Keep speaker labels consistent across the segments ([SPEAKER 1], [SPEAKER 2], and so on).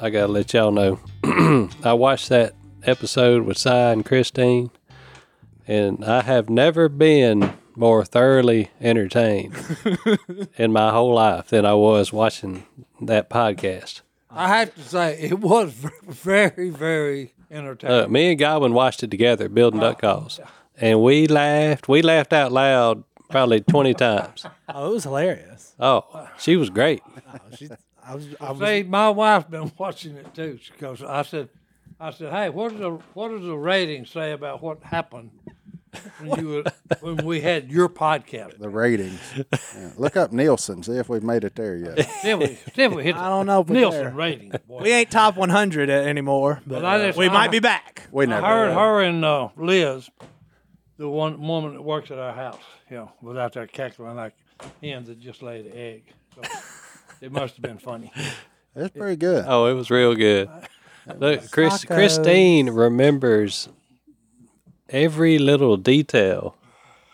[SPEAKER 1] I gotta let y'all know. I watched that episode with Cy and Christine, and I have never been more thoroughly entertained in my whole life than I was watching that podcast.
[SPEAKER 2] I have to say, it was very, very entertaining.
[SPEAKER 1] Uh, me and Godwin watched it together, building duck calls, and we laughed. We laughed out loud probably twenty times.
[SPEAKER 3] Oh, it was hilarious.
[SPEAKER 1] Oh, she was great.
[SPEAKER 3] I was, I was,
[SPEAKER 2] See, my wife's been watching it too because I said, I said, hey, what does the what does the rating say about what happened when you were, when we had your podcast?
[SPEAKER 4] The ratings. Yeah. Look up Nielsen, see if we've made it there yet.
[SPEAKER 2] Then we, then we hit
[SPEAKER 3] I don't know if we're there.
[SPEAKER 2] Nielsen rating. Boy.
[SPEAKER 3] we ain't top 100 a- anymore, but
[SPEAKER 2] Well, I
[SPEAKER 3] uh,
[SPEAKER 2] just-
[SPEAKER 3] we
[SPEAKER 2] I-
[SPEAKER 3] might be back.
[SPEAKER 4] We
[SPEAKER 2] I
[SPEAKER 4] never.
[SPEAKER 2] heard her and uh, Liz, the one woman that works at our house, you know, was out there cackling like hens that just laid an egg. So it must have been funny.
[SPEAKER 4] It's pretty good.
[SPEAKER 1] Oh, it was real good. Look, Chris, Christine remembers every little detail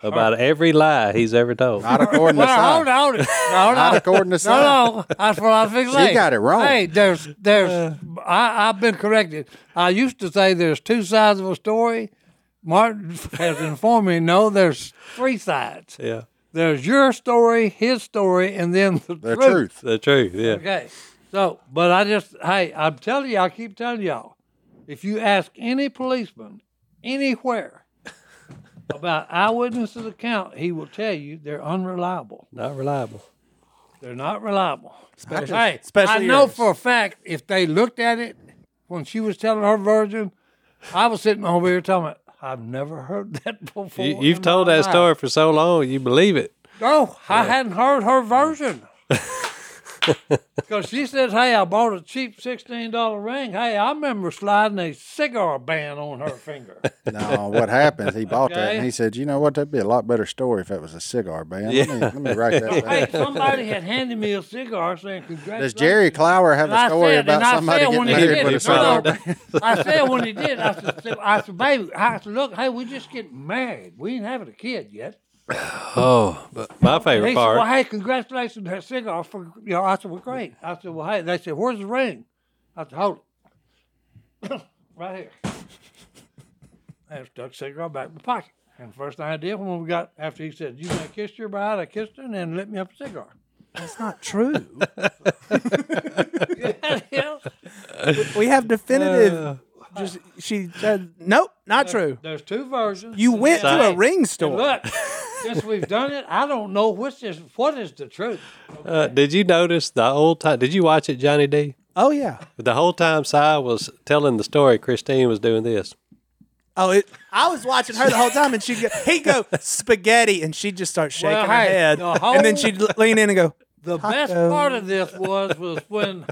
[SPEAKER 1] about every lie he's ever told.
[SPEAKER 4] Not according to
[SPEAKER 2] Well, hold
[SPEAKER 4] science.
[SPEAKER 2] on, no,
[SPEAKER 4] Not
[SPEAKER 2] no,
[SPEAKER 4] according to
[SPEAKER 2] no,
[SPEAKER 4] science.
[SPEAKER 2] no. That's what I was fixing.
[SPEAKER 4] She got it wrong.
[SPEAKER 2] Hey, there's, there's. I, I've been corrected. I used to say there's two sides of a story. Martin has informed me. No, there's three sides.
[SPEAKER 1] Yeah,
[SPEAKER 2] There's your story, his story, and then the,
[SPEAKER 4] The truth.
[SPEAKER 1] the truth. Yeah,
[SPEAKER 2] Okay. So, but I just, hey, I'm telling you, I keep telling y'all, if you ask any policeman anywhere about eyewitnesses' account, he will tell you they're unreliable.
[SPEAKER 1] not reliable.
[SPEAKER 2] They're not reliable.
[SPEAKER 3] Especially-
[SPEAKER 2] hey,
[SPEAKER 3] especially
[SPEAKER 2] I know
[SPEAKER 3] yours.
[SPEAKER 2] for a fact if they looked at it when she was telling her version, I was sitting over here telling about, I've never heard that before.
[SPEAKER 1] You, you've
[SPEAKER 2] in
[SPEAKER 1] told
[SPEAKER 2] my
[SPEAKER 1] that
[SPEAKER 2] life."
[SPEAKER 1] story for so long, you believe it.
[SPEAKER 2] No, I hadn't heard her version. Because she says, hey, I bought a cheap $16 ring. Hey, I remember sliding a cigar band on her finger.
[SPEAKER 4] No, what happens? He bought that,
[SPEAKER 2] Okay.
[SPEAKER 4] and he said, "You know what? That'd be a lot better story if it was a cigar band." Let, me, let me write that
[SPEAKER 2] hey,
[SPEAKER 4] down.
[SPEAKER 2] somebody had handed me a cigar saying, congratulations.
[SPEAKER 4] Does Jerry Clower have
[SPEAKER 2] And I
[SPEAKER 4] a story
[SPEAKER 2] said-
[SPEAKER 4] about
[SPEAKER 2] and I
[SPEAKER 4] somebody
[SPEAKER 2] said
[SPEAKER 4] getting
[SPEAKER 2] when he
[SPEAKER 4] married
[SPEAKER 2] did
[SPEAKER 4] with a
[SPEAKER 2] it, no,
[SPEAKER 4] cigar?
[SPEAKER 2] no. I said when he did, I said, said- I said, baby, I said, look, hey, we just getting married. We ain't having a kid yet.
[SPEAKER 1] Oh, but my
[SPEAKER 2] He
[SPEAKER 1] favorite
[SPEAKER 2] said, well,
[SPEAKER 1] part.
[SPEAKER 2] hey, congratulations, that cigar. For, you know, I said, well, great. I said, well, hey, they said, where's the ring? I said, hold it. right here. And stuck the cigar back in my pocket. And first thing I did when we got, after he said, you may kiss your bride, I kissed her and then lit me up a cigar.
[SPEAKER 3] That's not true.
[SPEAKER 2] yeah.
[SPEAKER 3] we have definitive.
[SPEAKER 2] Uh,
[SPEAKER 3] just She said, nope, not true.
[SPEAKER 2] There's two versions.
[SPEAKER 3] You
[SPEAKER 2] And
[SPEAKER 3] went
[SPEAKER 2] then-
[SPEAKER 3] to a
[SPEAKER 2] Hey,
[SPEAKER 3] ring
[SPEAKER 2] and
[SPEAKER 3] store.
[SPEAKER 2] Look, since we've done it, I don't know which is, what is the truth.
[SPEAKER 1] Uh, did you notice the whole time? Did you watch it, Johnny D?
[SPEAKER 3] Oh, yeah.
[SPEAKER 1] The whole time Cy was telling the story, Christine was doing this.
[SPEAKER 3] Oh, it, I was watching her the whole time, and she'd go, he'd go spaghetti, and she'd just start shaking
[SPEAKER 2] Well,
[SPEAKER 3] her
[SPEAKER 2] hey,
[SPEAKER 3] head,
[SPEAKER 2] the
[SPEAKER 3] and then
[SPEAKER 2] whole-
[SPEAKER 3] she'd l- lean in and go,
[SPEAKER 2] The best
[SPEAKER 3] Taco.
[SPEAKER 2] part of this was was when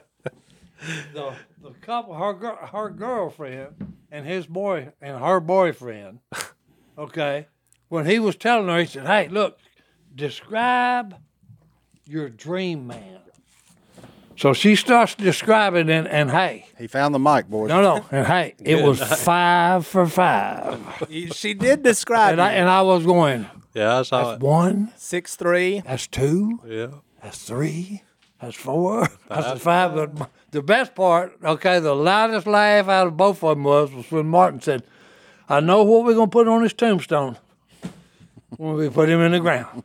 [SPEAKER 2] the the couple her gir- her girlfriend and his boy and her boyfriend, okay, when he was telling her, he said, "Hey, look, describe your dream man." So she starts describing and and hey,
[SPEAKER 4] He found the mic, boys.
[SPEAKER 2] no no, and hey, it was five for five,
[SPEAKER 3] she did describe
[SPEAKER 2] and I and I was going
[SPEAKER 1] Yeah, I saw it.
[SPEAKER 2] one,
[SPEAKER 3] six three.
[SPEAKER 2] that's two,
[SPEAKER 1] Yeah.
[SPEAKER 2] That's three. That's four. That's five. But the best part, okay, the loudest laugh out of both of them was, was when Martin said, I know what we're going to put on his tombstone when we put him in the ground.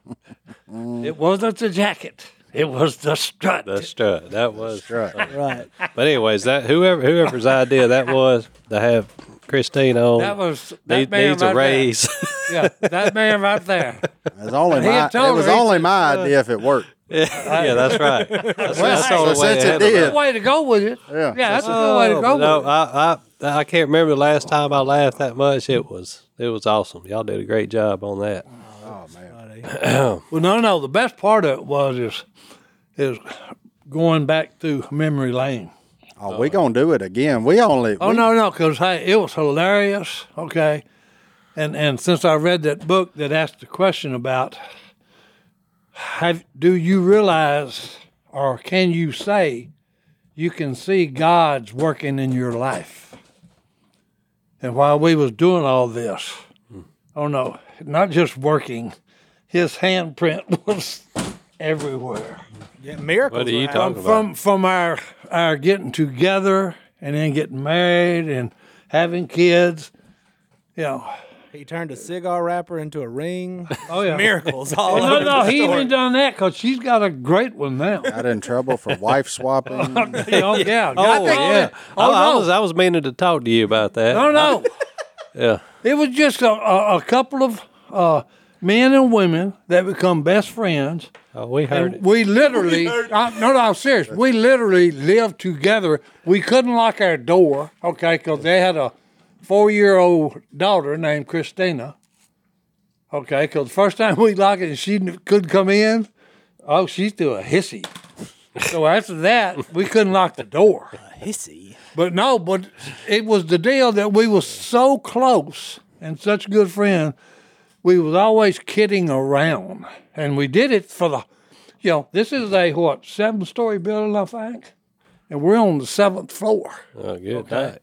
[SPEAKER 2] it wasn't the jacket, it was the strut.
[SPEAKER 1] Mm. The strut. That was
[SPEAKER 4] Right.
[SPEAKER 3] Right.
[SPEAKER 1] But anyways, that whoever whoever's idea that was to have Christine on
[SPEAKER 2] that was that
[SPEAKER 1] need-
[SPEAKER 2] man
[SPEAKER 1] needs
[SPEAKER 2] right
[SPEAKER 1] a raise.
[SPEAKER 2] There. Yeah, that man right there.
[SPEAKER 4] It was only
[SPEAKER 2] He had
[SPEAKER 4] my, it
[SPEAKER 2] told
[SPEAKER 4] was
[SPEAKER 2] her, he
[SPEAKER 4] only my idea if it worked.
[SPEAKER 1] yeah, that's right. That's, that's the
[SPEAKER 4] so
[SPEAKER 1] only way
[SPEAKER 4] since
[SPEAKER 1] to
[SPEAKER 4] it
[SPEAKER 1] handle
[SPEAKER 4] did-
[SPEAKER 2] Good way to go with it.
[SPEAKER 4] Yeah.
[SPEAKER 2] that's a good way to go
[SPEAKER 1] Oh, no,
[SPEAKER 2] with it.
[SPEAKER 1] I, I I can't remember the last time I laughed that much. It was it was awesome. Y'all did a great job on that.
[SPEAKER 4] Oh man,
[SPEAKER 3] way.
[SPEAKER 2] Well, no, no. The best part of it was is is going back through memory lane.
[SPEAKER 4] Oh, we gonna do it again. We only.
[SPEAKER 2] Oh
[SPEAKER 4] we-
[SPEAKER 2] no, no, because hey, it was hilarious. Okay, and and since I read that book that asked the question about, have do you realize or can you say you can see God's working in your life? And while we was doing all this, oh no, not just working, His handprint was everywhere
[SPEAKER 3] Yeah, miracles.
[SPEAKER 1] What are you
[SPEAKER 3] were
[SPEAKER 1] talking about?
[SPEAKER 3] happening.
[SPEAKER 2] from from our our getting together and then getting married and having kids. You know.
[SPEAKER 3] He turned a cigar wrapper into a ring.
[SPEAKER 2] Oh yeah.
[SPEAKER 3] miracles all
[SPEAKER 2] Oh,
[SPEAKER 3] over
[SPEAKER 2] no, no,
[SPEAKER 3] the
[SPEAKER 2] he
[SPEAKER 3] store.
[SPEAKER 2] even done that because she's got a great one now.
[SPEAKER 4] Got in trouble for wife
[SPEAKER 2] Oh,
[SPEAKER 4] swapping.
[SPEAKER 2] You know, yeah.
[SPEAKER 1] Oh,
[SPEAKER 2] God,
[SPEAKER 1] yeah.
[SPEAKER 2] Oh,
[SPEAKER 1] I, I
[SPEAKER 2] no.
[SPEAKER 1] was I was meaning to talk to you about that.
[SPEAKER 2] No, no.
[SPEAKER 1] Yeah.
[SPEAKER 2] It was just a, a, a couple of uh, men and women that become best friends.
[SPEAKER 1] Oh, we heard
[SPEAKER 2] And we literally, I, no, no, I'm serious. We literally lived together. We couldn't lock our door, okay, because they had a four year old daughter named Christina, okay, because the first time we locked it and she n- couldn't come in, oh, she threw a hissy. So after that, we couldn't lock the door.
[SPEAKER 3] Hissy.
[SPEAKER 2] But no, but it was the deal that we were so close and such good friends. We was always kidding around, and we did it for the, you know, this is a what seven story building I think, and we're on the seventh floor.
[SPEAKER 1] it. Oh, good night.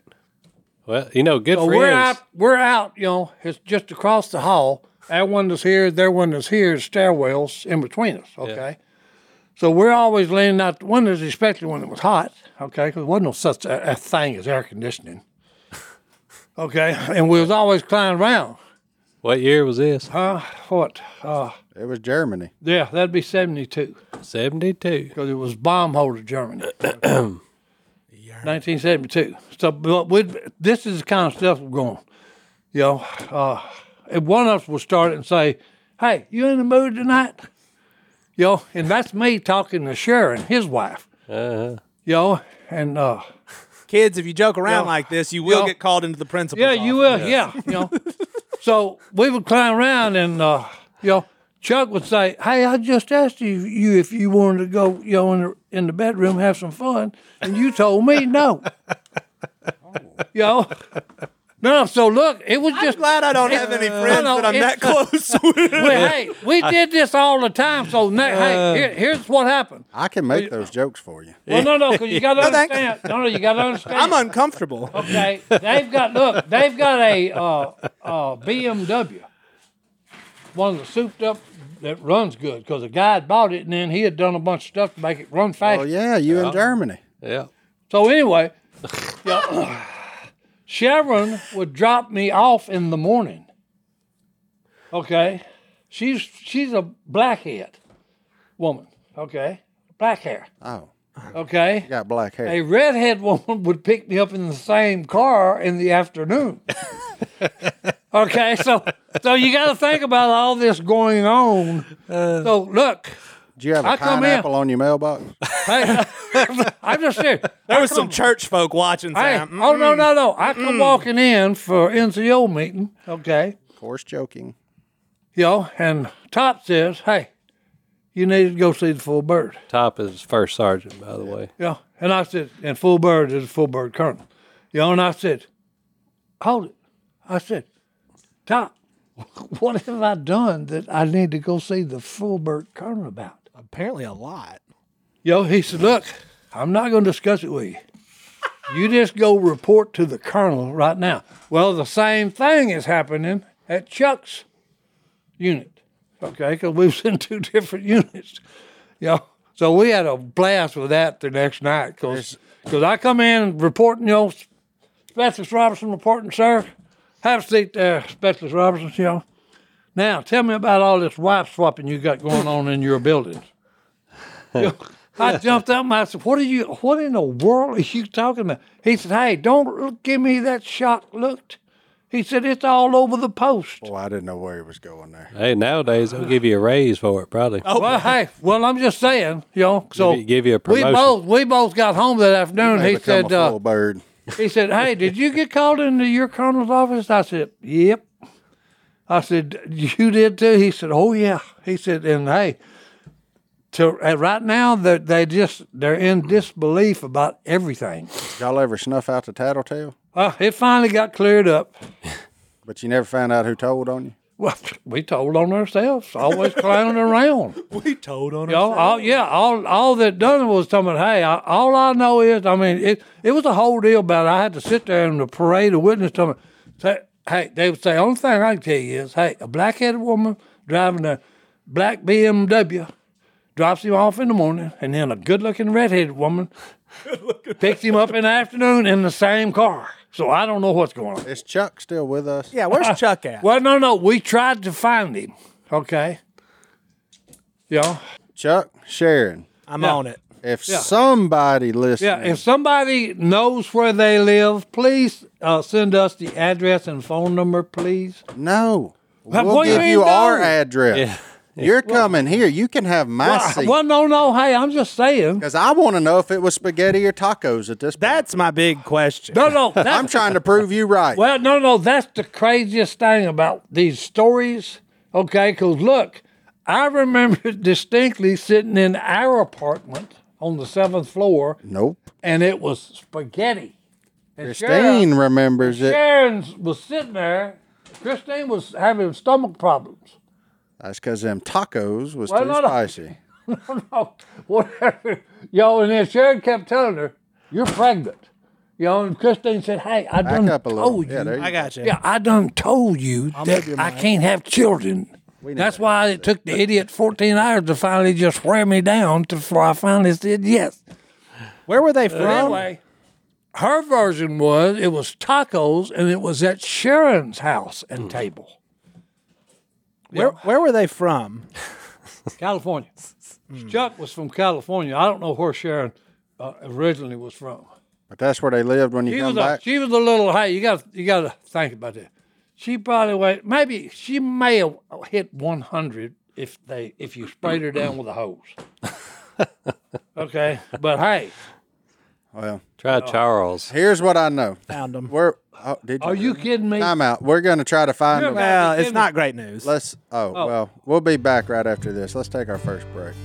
[SPEAKER 1] Well, you know, good
[SPEAKER 2] So
[SPEAKER 1] friends.
[SPEAKER 2] Oh, we're out, we're out. You know, it's just across the hall. Our window's here, their window's here. Stairwells in between us. Okay. So we're always leaning out the windows, especially when it was hot. Okay, because there wasn't no such a, a thing as air conditioning. Okay, and we was always climbing around.
[SPEAKER 1] What year was this?
[SPEAKER 2] Uh, what? Uh,
[SPEAKER 4] It was Germany.
[SPEAKER 2] yeah, that'd be seventy-two
[SPEAKER 1] Seventy two.
[SPEAKER 2] because it was bomb holder Germany. 1972. So but we this is the kind of stuff we're going. You know, uh, if one of us will start it and say, "Hey, you in the mood tonight?" You know, and that's me talking to Sharon, his wife.
[SPEAKER 1] Uh-huh.
[SPEAKER 2] You know, and uh,
[SPEAKER 3] Kids, if you joke around
[SPEAKER 2] Yeah.
[SPEAKER 3] like this, you will
[SPEAKER 2] Yeah.
[SPEAKER 3] get called into the principal's
[SPEAKER 2] yeah, you
[SPEAKER 3] office.
[SPEAKER 2] will, yeah. You know, so we would climb around, and uh, you know, Chuck would say, "Hey, I just asked you, you if you wanted to go, you know, in the in the bedroom have some fun, and you told me no." You know, no. So look, it was
[SPEAKER 3] I'm
[SPEAKER 2] just
[SPEAKER 3] glad I don't have any friends
[SPEAKER 2] no,
[SPEAKER 3] that I'm
[SPEAKER 2] it's-
[SPEAKER 3] that close with.
[SPEAKER 2] we, hey, we did this all the time. So now, hey, here, here's what happened.
[SPEAKER 4] I can make those jokes for you.
[SPEAKER 2] Well, no, no, because you got to
[SPEAKER 3] thanks.
[SPEAKER 2] understand. No, no, you got to understand.
[SPEAKER 3] I'm uncomfortable.
[SPEAKER 2] Okay, they've got look, they've got a uh, uh, BMW, one of the souped up that runs good because the guy had bought it and then he had done a bunch of stuff to make it run fast.
[SPEAKER 4] Oh yeah, you
[SPEAKER 2] uh,
[SPEAKER 4] in Germany?
[SPEAKER 1] Yeah.
[SPEAKER 2] So anyway, yeah, Chevron would drop me off in the morning. Okay, she's she's a blackhead woman. Okay, black hair.
[SPEAKER 4] Oh,
[SPEAKER 2] Okay,
[SPEAKER 4] you got black hair.
[SPEAKER 2] a redhead woman would pick me up in the same car in the afternoon. okay, so so you got to think about all this going on. so look,
[SPEAKER 4] Do you have a
[SPEAKER 2] I come in-
[SPEAKER 4] pineapple on your mailbox?
[SPEAKER 2] hey, I'm just saying.
[SPEAKER 3] There was some church folk watching.
[SPEAKER 2] Hey,
[SPEAKER 3] Sam.
[SPEAKER 2] oh no no no! I come walking in for NCO meeting. Okay,
[SPEAKER 4] Of course, joking.
[SPEAKER 2] yo, and Top says, "Hey, you need to go see the full bird."
[SPEAKER 1] Top is first sergeant, by the way.
[SPEAKER 2] Yeah. And I said, and full bird is a full bird colonel. You know, and I said, hold it. I said, Top, what have I done that I need to go see the full bird colonel about?
[SPEAKER 3] Apparently, a lot.
[SPEAKER 2] Yo, he said, look, I'm not going to discuss it with you. You just go report to the colonel right now. Well, the same thing is happening at Chuck's unit, okay? Because we was in two different units, yo. So we had a blast with that the next night because I come in reporting, you know, Specialist Robertson reporting, sir. Have a seat there, Specialist Robertson, you know. Now, tell me about all this wife swapping you got going on in your buildings. I jumped up and I said, What are you what in the world are you talking about? He said, Hey, don't look- give me that shocked look. He said, It's all over the post.
[SPEAKER 4] Well, I didn't know where he was going there.
[SPEAKER 1] Hey, nowadays they'll give you a raise for it, probably. Oh,
[SPEAKER 2] well, hey, well, I'm just saying, you know. So
[SPEAKER 1] Give you- give you a
[SPEAKER 2] we
[SPEAKER 1] promotion.
[SPEAKER 2] both we both got home that afternoon.
[SPEAKER 4] May
[SPEAKER 2] He
[SPEAKER 4] become
[SPEAKER 2] said,
[SPEAKER 4] a
[SPEAKER 2] uh,
[SPEAKER 4] full bird.
[SPEAKER 2] he said, Hey, did you get called into your colonel's office? I said, Yep. I said, "You did too." He said, "Oh yeah." He said, "And hey, to uh, right now they they just they're in disbelief about everything."
[SPEAKER 5] Y'all ever snuff out the tattletale?
[SPEAKER 2] Uh, it finally got cleared up.
[SPEAKER 5] But you never found out who told on you?
[SPEAKER 2] Well, we told on ourselves, always clowning around.
[SPEAKER 3] We told on
[SPEAKER 2] Y'all, all, yeah, all all that done was something. Hey, I, all I know is, I mean, it it was a whole deal about. It. I had to sit there in the parade of witness something. Say, hey, they would say, only thing I can tell you is, hey, a black-headed woman driving a black BMW drops him off in the morning, and then a good-looking red-headed woman picks him up in the afternoon in the same car. So I don't know what's going on.
[SPEAKER 5] Is Chuck still with us?
[SPEAKER 3] Yeah, where's Chuck at?
[SPEAKER 2] Well, no, no. We tried to find him. Okay. Yeah.
[SPEAKER 5] Chuck, Sharon,
[SPEAKER 3] I'm
[SPEAKER 2] yeah.
[SPEAKER 3] on it.
[SPEAKER 5] if somebody
[SPEAKER 2] Yeah.
[SPEAKER 5] listening,
[SPEAKER 2] If somebody knows where they live, please uh, send us the address and phone number, please.
[SPEAKER 5] no,
[SPEAKER 2] What
[SPEAKER 5] we'll
[SPEAKER 2] do you
[SPEAKER 5] give
[SPEAKER 2] mean,
[SPEAKER 5] you our
[SPEAKER 2] no?
[SPEAKER 5] address. You're coming here. You can have my seat.
[SPEAKER 2] well, no, no. Hey, I'm just saying.
[SPEAKER 5] Because I want to know if it was spaghetti or tacos at this point.
[SPEAKER 3] That's my big question.
[SPEAKER 2] No, no. That's,
[SPEAKER 5] I'm trying to prove you right.
[SPEAKER 2] Well, no, no. That's the craziest thing about these stories. Okay, because look, I remember distinctly sitting in our apartment on the seventh floor,
[SPEAKER 5] nope.
[SPEAKER 2] and it was spaghetti. And Sharon-
[SPEAKER 5] Christine remembers it.
[SPEAKER 2] Sharon was sitting there. Christine was having stomach problems.
[SPEAKER 5] That's because them tacos was
[SPEAKER 2] Well,
[SPEAKER 5] too
[SPEAKER 2] no, no.
[SPEAKER 5] spicy.
[SPEAKER 2] Oh, Whatever. Yo, and then Sharon kept telling her, "You're pregnant." You know, and Christine said, "Hey, I
[SPEAKER 5] Back
[SPEAKER 2] done
[SPEAKER 5] up a little.
[SPEAKER 2] told
[SPEAKER 5] Yeah,
[SPEAKER 2] Oh, you.
[SPEAKER 5] there you
[SPEAKER 3] I got you.
[SPEAKER 2] Yeah, I done told you that I can't have children." That's why it took the idiot 14 hours to finally just wear me down to before I finally said yes.
[SPEAKER 3] Where were they from?
[SPEAKER 2] But anyway, her version was it was tacos and it was at Sharon's house and table.
[SPEAKER 3] Where Where were they from?
[SPEAKER 2] California. Chuck was from California. I don't know where Sharon uh, originally was from.
[SPEAKER 5] But that's where they lived when you
[SPEAKER 2] She
[SPEAKER 5] come
[SPEAKER 2] was a,
[SPEAKER 5] back.
[SPEAKER 2] she was a little hey, you got you got to think about that. She probably weighed maybe she may have hit 100 if they if you sprayed her down with a hose. okay, but hey,
[SPEAKER 5] Well,
[SPEAKER 1] Try Charles.
[SPEAKER 5] here's what I know.
[SPEAKER 3] Found them.
[SPEAKER 5] We're oh, did you?
[SPEAKER 2] are you kidding me?
[SPEAKER 5] Time out. We're gonna try to find
[SPEAKER 2] You're
[SPEAKER 5] them.
[SPEAKER 2] right.
[SPEAKER 3] Well, it's
[SPEAKER 2] Didn't-
[SPEAKER 3] not great news.
[SPEAKER 5] Let's. Oh, well, we'll be back right after this. Let's take our first break.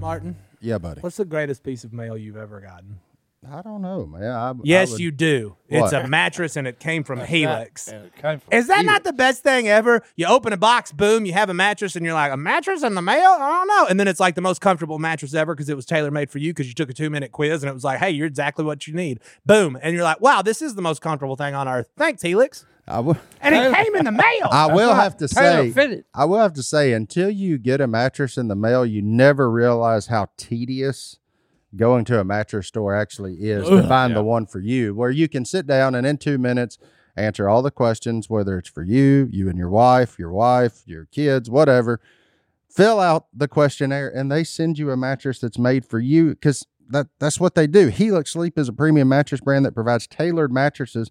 [SPEAKER 3] Martin,
[SPEAKER 5] Yeah, buddy.
[SPEAKER 3] what's the greatest piece of mail you've ever gotten?
[SPEAKER 5] I don't know, man. I,
[SPEAKER 3] Yes, you do. It's
[SPEAKER 5] What?
[SPEAKER 3] a mattress and it came from Helix.
[SPEAKER 2] And it came from
[SPEAKER 3] Is that
[SPEAKER 2] Felix.
[SPEAKER 3] not the best thing ever? You open a box, boom, you have a mattress, and you're like, a mattress in the mail? I don't know. And then it's like the most comfortable mattress ever because it was tailor made for you because you took a two minute quiz and it was like, hey, you're exactly what you need. Boom. And you're like, wow, this is the most comfortable thing on earth. Thanks, Helix.
[SPEAKER 4] I will.
[SPEAKER 3] And it came in the mail.
[SPEAKER 4] I will have to
[SPEAKER 2] tailor
[SPEAKER 4] say.
[SPEAKER 2] fitted.
[SPEAKER 4] I will have to say until you get a mattress in the mail, you never realize how tedious going to a mattress store actually is to find the one for you, where you can sit down and in two minutes answer all the questions, whether it's for you, you and your wife, your wife, your kids, whatever. Fill out the questionnaire, and they send you a mattress that's made for you because that that's what they do. Helix Sleep is a premium mattress brand that provides tailored mattresses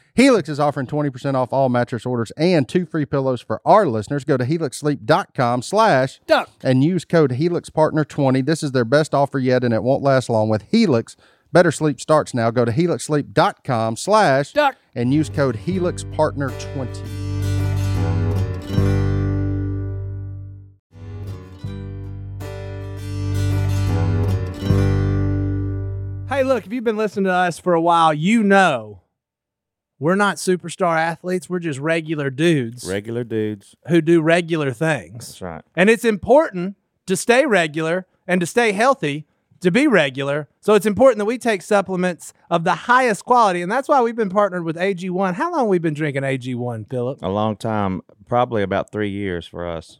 [SPEAKER 6] Helix is offering 20% off all mattress orders and two free pillows for our listeners. Go to helixsleep.com slash
[SPEAKER 2] Duck.
[SPEAKER 6] and use code HelixPartner20. This is their best offer yet, and it won't last long with Helix. Better sleep starts now. Go to helixsleep.com slash
[SPEAKER 2] Duck.
[SPEAKER 6] and use code HelixPartner20.
[SPEAKER 3] Hey, look, if you've been listening to us for a while, you know we're not superstar athletes. We're just regular dudes
[SPEAKER 7] Regular dudes.
[SPEAKER 3] who do regular things.
[SPEAKER 7] That's right.
[SPEAKER 3] And it's important to stay regular and to stay healthy to be regular. So it's important that we take supplements of the highest quality. And that's why we've been partnered with AG1. How long have we been drinking AG1, Philip?
[SPEAKER 7] A long time, probably about three years for us.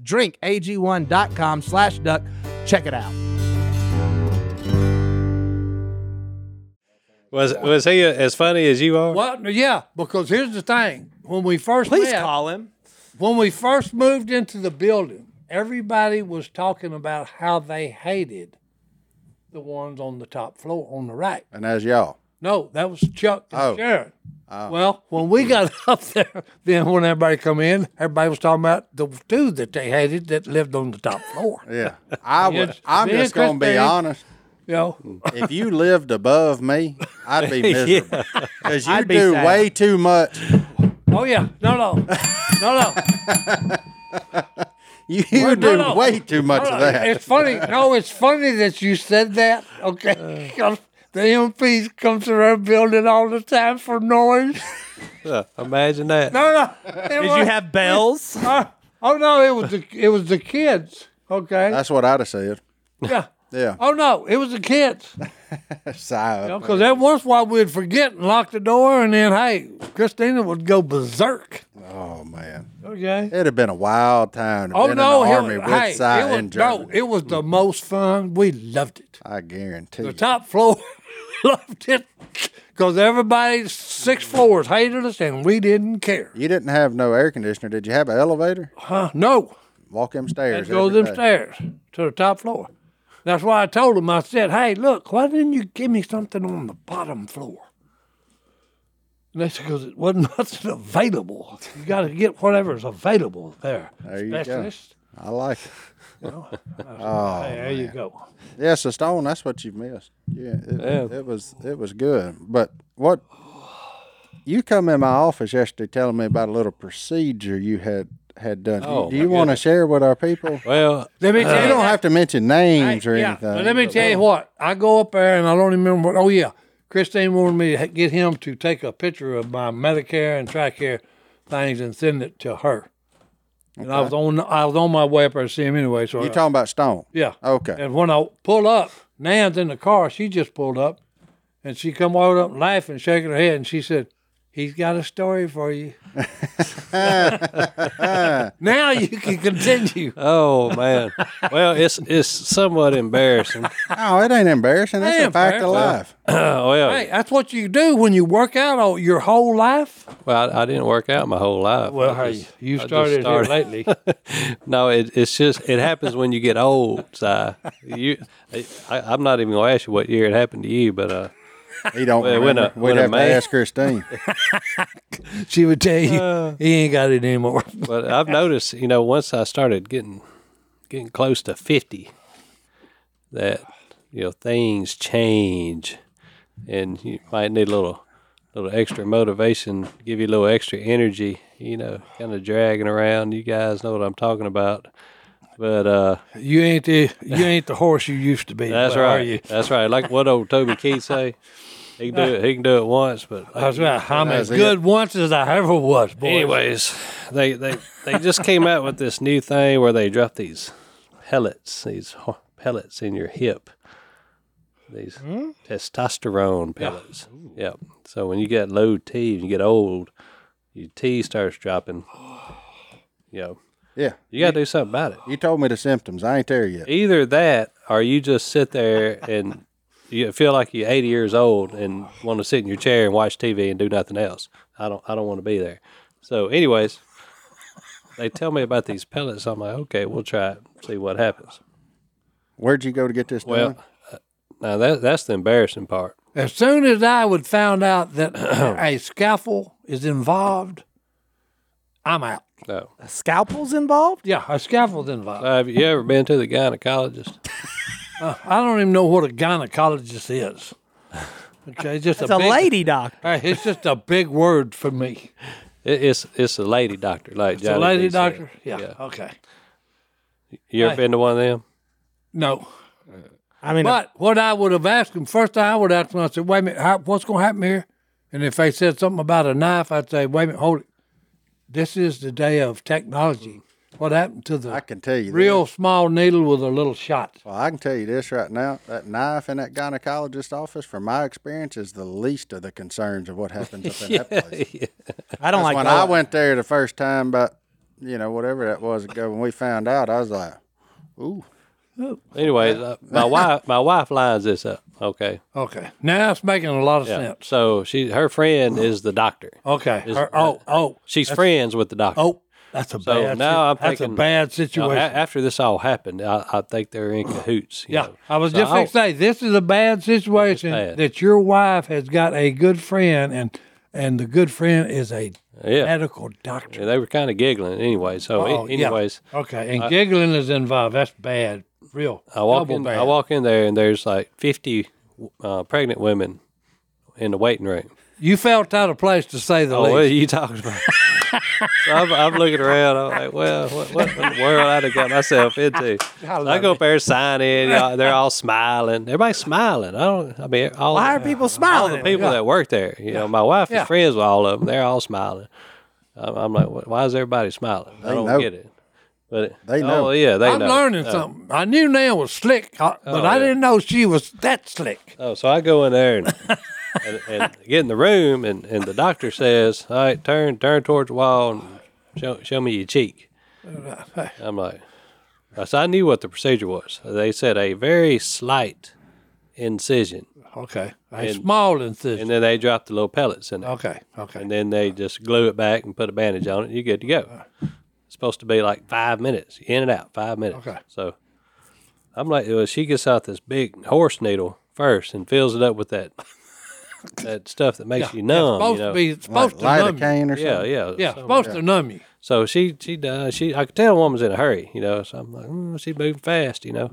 [SPEAKER 3] drinkag1.com slash duck. Check it out.
[SPEAKER 1] Was was he as funny as you are?
[SPEAKER 2] Well, yeah, because here's the thing. When we first
[SPEAKER 3] Please
[SPEAKER 2] met-
[SPEAKER 3] call him.
[SPEAKER 2] when we first moved into the building, everybody was talking about how they hated the ones on the top floor on the right.
[SPEAKER 4] And as y'all,
[SPEAKER 2] No, that was Chuck and
[SPEAKER 4] Oh.
[SPEAKER 2] Sharon. Well, when we got up there, then when everybody come in, everybody was talking about the two that they hated that lived on the top floor.
[SPEAKER 4] yeah, I
[SPEAKER 2] Yes.
[SPEAKER 4] would. I'm
[SPEAKER 2] Me and
[SPEAKER 4] just gonna be
[SPEAKER 2] Christine.
[SPEAKER 4] honest.
[SPEAKER 2] You know,
[SPEAKER 4] If you lived above me, I'd be miserable because you
[SPEAKER 3] I'd be
[SPEAKER 4] do
[SPEAKER 3] sad.
[SPEAKER 4] way too much.
[SPEAKER 2] oh yeah, no, no, no, no.
[SPEAKER 4] You
[SPEAKER 2] Well, no,
[SPEAKER 4] do
[SPEAKER 2] no.
[SPEAKER 4] way too much of
[SPEAKER 2] Hold on.
[SPEAKER 4] that.
[SPEAKER 2] It's funny. No, it's funny that you said that.
[SPEAKER 4] Uh.
[SPEAKER 2] Okay. 'Cause the MPs come to our building all the time for noise.
[SPEAKER 1] Uh, imagine that.
[SPEAKER 2] No, no. Did
[SPEAKER 3] Did you have bells?
[SPEAKER 2] oh no, it was the it was the kids. Okay.
[SPEAKER 4] That's what I'd have said.
[SPEAKER 2] yeah.
[SPEAKER 4] Yeah,
[SPEAKER 2] Oh no, it was the kids.
[SPEAKER 4] sigh.
[SPEAKER 2] Because every once in a while we'd forget and lock the door, and then hey, Christina would go berserk.
[SPEAKER 4] Oh man,
[SPEAKER 2] Okay.
[SPEAKER 4] it'd have been a wild time. To
[SPEAKER 2] Oh
[SPEAKER 4] been
[SPEAKER 2] no,
[SPEAKER 4] in the
[SPEAKER 2] it
[SPEAKER 4] army
[SPEAKER 2] was,
[SPEAKER 4] with
[SPEAKER 2] hey,
[SPEAKER 4] Cy
[SPEAKER 2] it was,
[SPEAKER 4] in Germany.
[SPEAKER 2] no, it was the most fun. We loved it.
[SPEAKER 4] I guarantee.
[SPEAKER 2] The
[SPEAKER 4] you.
[SPEAKER 2] top floor loved it because everybody six floors hated us and we didn't care.
[SPEAKER 4] You didn't have no air conditioner. Did you have an elevator?
[SPEAKER 2] Huh? No.
[SPEAKER 4] Walk them
[SPEAKER 2] Let's
[SPEAKER 4] stairs.
[SPEAKER 2] go
[SPEAKER 4] every
[SPEAKER 2] them
[SPEAKER 4] day.
[SPEAKER 2] stairs to the top floor. That's why I told him, I said, hey, look, why didn't you give me something on the bottom floor? And they said, because it wasn't nothing available. You got to get whatever's available there.
[SPEAKER 4] There you go.
[SPEAKER 2] Specialist.
[SPEAKER 4] I like it. Oh,
[SPEAKER 2] Hey, there you go.
[SPEAKER 4] Yeah, so Stone, that's what you've missed. Yeah it, it was it was good. But what you come in my office yesterday telling me about a little procedure you had had done. Do you-
[SPEAKER 1] Oh,
[SPEAKER 4] Do
[SPEAKER 1] my
[SPEAKER 4] you want to share with our people?
[SPEAKER 1] Well,
[SPEAKER 2] Let me tell
[SPEAKER 4] you
[SPEAKER 2] you
[SPEAKER 4] don't
[SPEAKER 2] that-
[SPEAKER 4] have to mention names or
[SPEAKER 2] Yeah,
[SPEAKER 4] anything. uh,
[SPEAKER 2] but let me tell you what. I go up there and I don't even remember what. Oh, yeah. Christine wanted me to get him to take a picture of my Medicare and TRICARE things and send it to her. And I was on I was on my way up there to see him anyway. So
[SPEAKER 4] You're talking about Stone.
[SPEAKER 2] Yeah.
[SPEAKER 4] Okay.
[SPEAKER 2] And when I pull up, Nan's in the car. She just pulled up, and she come over up laughing, shaking her head, and she said, "He's got a story for you." now you can continue.
[SPEAKER 1] oh man. Well, it's it's somewhat embarrassing. Uh,
[SPEAKER 4] Oh, it ain't embarrassing. That's a
[SPEAKER 2] Ain't
[SPEAKER 4] fact of
[SPEAKER 2] embarrassing.
[SPEAKER 4] life.
[SPEAKER 1] well,
[SPEAKER 2] Hey, that's what you do when you work out all your whole life.
[SPEAKER 1] well, I, I didn't work out my whole life.
[SPEAKER 2] Well,
[SPEAKER 1] I
[SPEAKER 2] hey,
[SPEAKER 1] just-
[SPEAKER 2] you
[SPEAKER 1] I just
[SPEAKER 2] started,
[SPEAKER 1] started.
[SPEAKER 2] here lately.
[SPEAKER 1] No, it, it's just it happens when you get old. Si. you, I, I'm not even gonna ask you what year it happened to you, but uh,
[SPEAKER 4] He don't
[SPEAKER 1] Well, when a-
[SPEAKER 4] remember. We'd
[SPEAKER 1] when a
[SPEAKER 4] have to
[SPEAKER 1] man-
[SPEAKER 4] ask Christine.
[SPEAKER 2] she would tell you he ain't got it anymore.
[SPEAKER 1] but I've noticed, you know, once I started getting getting close to fifty, that you know things change, and you might need a little little extra motivation, give you a little extra energy. You know, kind of dragging around. You guys know what I'm talking about. But uh,
[SPEAKER 2] You ain't the you ain't the horse you used to be.
[SPEAKER 1] that's
[SPEAKER 2] well,
[SPEAKER 1] right.
[SPEAKER 2] Are you?
[SPEAKER 1] That's right. Like what old Toby Keith say, he can do it. He can do it once, but
[SPEAKER 2] That's right. I'm as
[SPEAKER 4] That's it.
[SPEAKER 2] good once as I ever was, boy.
[SPEAKER 1] Anyways, they, they, they just came out with this new thing where they drop these pellets, these ho- pellets in your hip, these testosterone pellets. Yep. So when you get low T and you get old, your T starts dropping. You know,
[SPEAKER 4] Yeah.
[SPEAKER 1] you got to do something about it.
[SPEAKER 4] You told me the symptoms. I ain't there yet.
[SPEAKER 1] Either that or you just sit there and you feel like you're 80 years old and want to sit in your chair and watch TV and do nothing else. I don't I don't want to be there. So anyways, they tell me about these pellets. I'm like, okay, we'll try it, see what happens.
[SPEAKER 4] Where'd you go to get this done?
[SPEAKER 1] Well, uh, now that that's the embarrassing part.
[SPEAKER 2] As soon as I would found out that a scalpel is involved, I'm out.
[SPEAKER 1] So,
[SPEAKER 3] Scalpels involved?
[SPEAKER 2] Yeah, a scalpel's involved.
[SPEAKER 1] have you ever been to the gynecologist?
[SPEAKER 2] I don't even know what a gynecologist is. Okay, it's just
[SPEAKER 3] It's
[SPEAKER 2] a,
[SPEAKER 3] a
[SPEAKER 2] big-
[SPEAKER 3] lady doctor.
[SPEAKER 2] Hey, it's just a big word for me.
[SPEAKER 1] It, it's it's a lady doctor, like
[SPEAKER 2] It's a
[SPEAKER 1] Johnny
[SPEAKER 2] lady
[SPEAKER 1] D said.
[SPEAKER 2] doctor. Yeah, Okay.
[SPEAKER 1] You ever
[SPEAKER 2] Hey.
[SPEAKER 1] been to one of them?
[SPEAKER 2] No.
[SPEAKER 3] I mean,
[SPEAKER 2] But what I would have asked them first, thing I would ask them. I said, "Wait a minute, how, what's going to happen here?" And if they said something about a knife, I'd say, "Wait a minute, hold it. This is the day of technology. What happened to the
[SPEAKER 4] I can tell you
[SPEAKER 2] real small needle with a little shot?"
[SPEAKER 4] Well, I can tell you this right now. That knife in that gynecologist's office, from my experience, is the least of the concerns of what happens up in that place.
[SPEAKER 3] I don't like
[SPEAKER 4] When
[SPEAKER 3] that.
[SPEAKER 4] I went there the first time, but you know whatever that was ago, when we found out, I was like,
[SPEAKER 1] Anyways, uh, my wife my wife lines this up. Okay,
[SPEAKER 2] Okay, now it's making a lot of
[SPEAKER 1] yeah.
[SPEAKER 2] sense.
[SPEAKER 1] So she her friend is the doctor.
[SPEAKER 2] Okay,
[SPEAKER 1] Is-
[SPEAKER 2] Her- oh, oh,
[SPEAKER 1] She's friends with the doctor.
[SPEAKER 2] oh, that's a bad.
[SPEAKER 1] now I'm
[SPEAKER 2] that's
[SPEAKER 1] thinking-
[SPEAKER 2] a bad
[SPEAKER 1] You know, a-
[SPEAKER 2] situation.
[SPEAKER 1] after this all happened, I, I think they're in cahoots. you
[SPEAKER 2] yeah,
[SPEAKER 1] know.
[SPEAKER 2] I was
[SPEAKER 1] So
[SPEAKER 2] just
[SPEAKER 1] I
[SPEAKER 2] going to
[SPEAKER 1] don't-
[SPEAKER 2] say this is a bad situation
[SPEAKER 1] bad.
[SPEAKER 2] that your wife has got a good friend and and the good friend is a
[SPEAKER 1] Yeah,
[SPEAKER 2] medical doctor.
[SPEAKER 1] and they were kind of giggling anyway. So, a-
[SPEAKER 2] Oh, yeah.
[SPEAKER 1] anyways,
[SPEAKER 2] Okay, and giggling is involved. That's bad. Real.
[SPEAKER 1] I walk
[SPEAKER 2] double
[SPEAKER 1] in.
[SPEAKER 2] bad.
[SPEAKER 1] I walk in there, and there's like 50 uh, pregnant women in the waiting room.
[SPEAKER 2] You felt out of place to say the
[SPEAKER 1] Oh, what are
[SPEAKER 2] least.
[SPEAKER 1] you talking about? so I'm, I'm looking around. I'm like, well, what, what in the world I done got myself into? So I go up there, sign in. you know, They're all smiling. Everybody's smiling. I don't. I mean, all
[SPEAKER 3] Why are people
[SPEAKER 1] all the
[SPEAKER 3] smiling?
[SPEAKER 1] people that work there. You know, my wife
[SPEAKER 2] Yeah.
[SPEAKER 1] is friends with all of them. They're all smiling. I'm, I'm like, "Wh- why is everybody smiling? I don't
[SPEAKER 4] know.
[SPEAKER 1] get it. But
[SPEAKER 4] They
[SPEAKER 1] oh,
[SPEAKER 4] know.
[SPEAKER 1] yeah, they
[SPEAKER 2] I'm
[SPEAKER 1] know.
[SPEAKER 2] learning something. I knew Nan was slick, uh, but I
[SPEAKER 1] Oh. yeah.
[SPEAKER 2] didn't know she was that slick.
[SPEAKER 1] Oh, so I go in there and, and, and get in the room, and, and the doctor says, "All right, turn turn towards the wall and show show me your cheek." I'm like, so I knew what the procedure was. They said a very slight incision,
[SPEAKER 2] Okay. A
[SPEAKER 1] And-
[SPEAKER 2] small incision.
[SPEAKER 1] and then they drop the little pellets in there,
[SPEAKER 2] okay. Okay.
[SPEAKER 1] and then they just glue it back and put a bandage on it. You're good to go. It's supposed to be like five minutes in and out, five minutes.
[SPEAKER 2] Okay.
[SPEAKER 1] So I'm like, well, she gets out this big horse needle first and fills it up with that that stuff that makes you
[SPEAKER 2] Yeah,
[SPEAKER 1] numb.
[SPEAKER 2] supposed
[SPEAKER 1] you know?
[SPEAKER 2] to be it's supposed
[SPEAKER 4] light
[SPEAKER 2] to
[SPEAKER 4] a
[SPEAKER 2] numb you.
[SPEAKER 4] cane or
[SPEAKER 1] yeah,
[SPEAKER 4] something.
[SPEAKER 1] yeah,
[SPEAKER 2] Yeah,
[SPEAKER 1] So-
[SPEAKER 2] supposed to numb you.
[SPEAKER 1] So she she does she I could tell a woman's in a hurry, you know. So I'm like, mm, she moving fast, you know.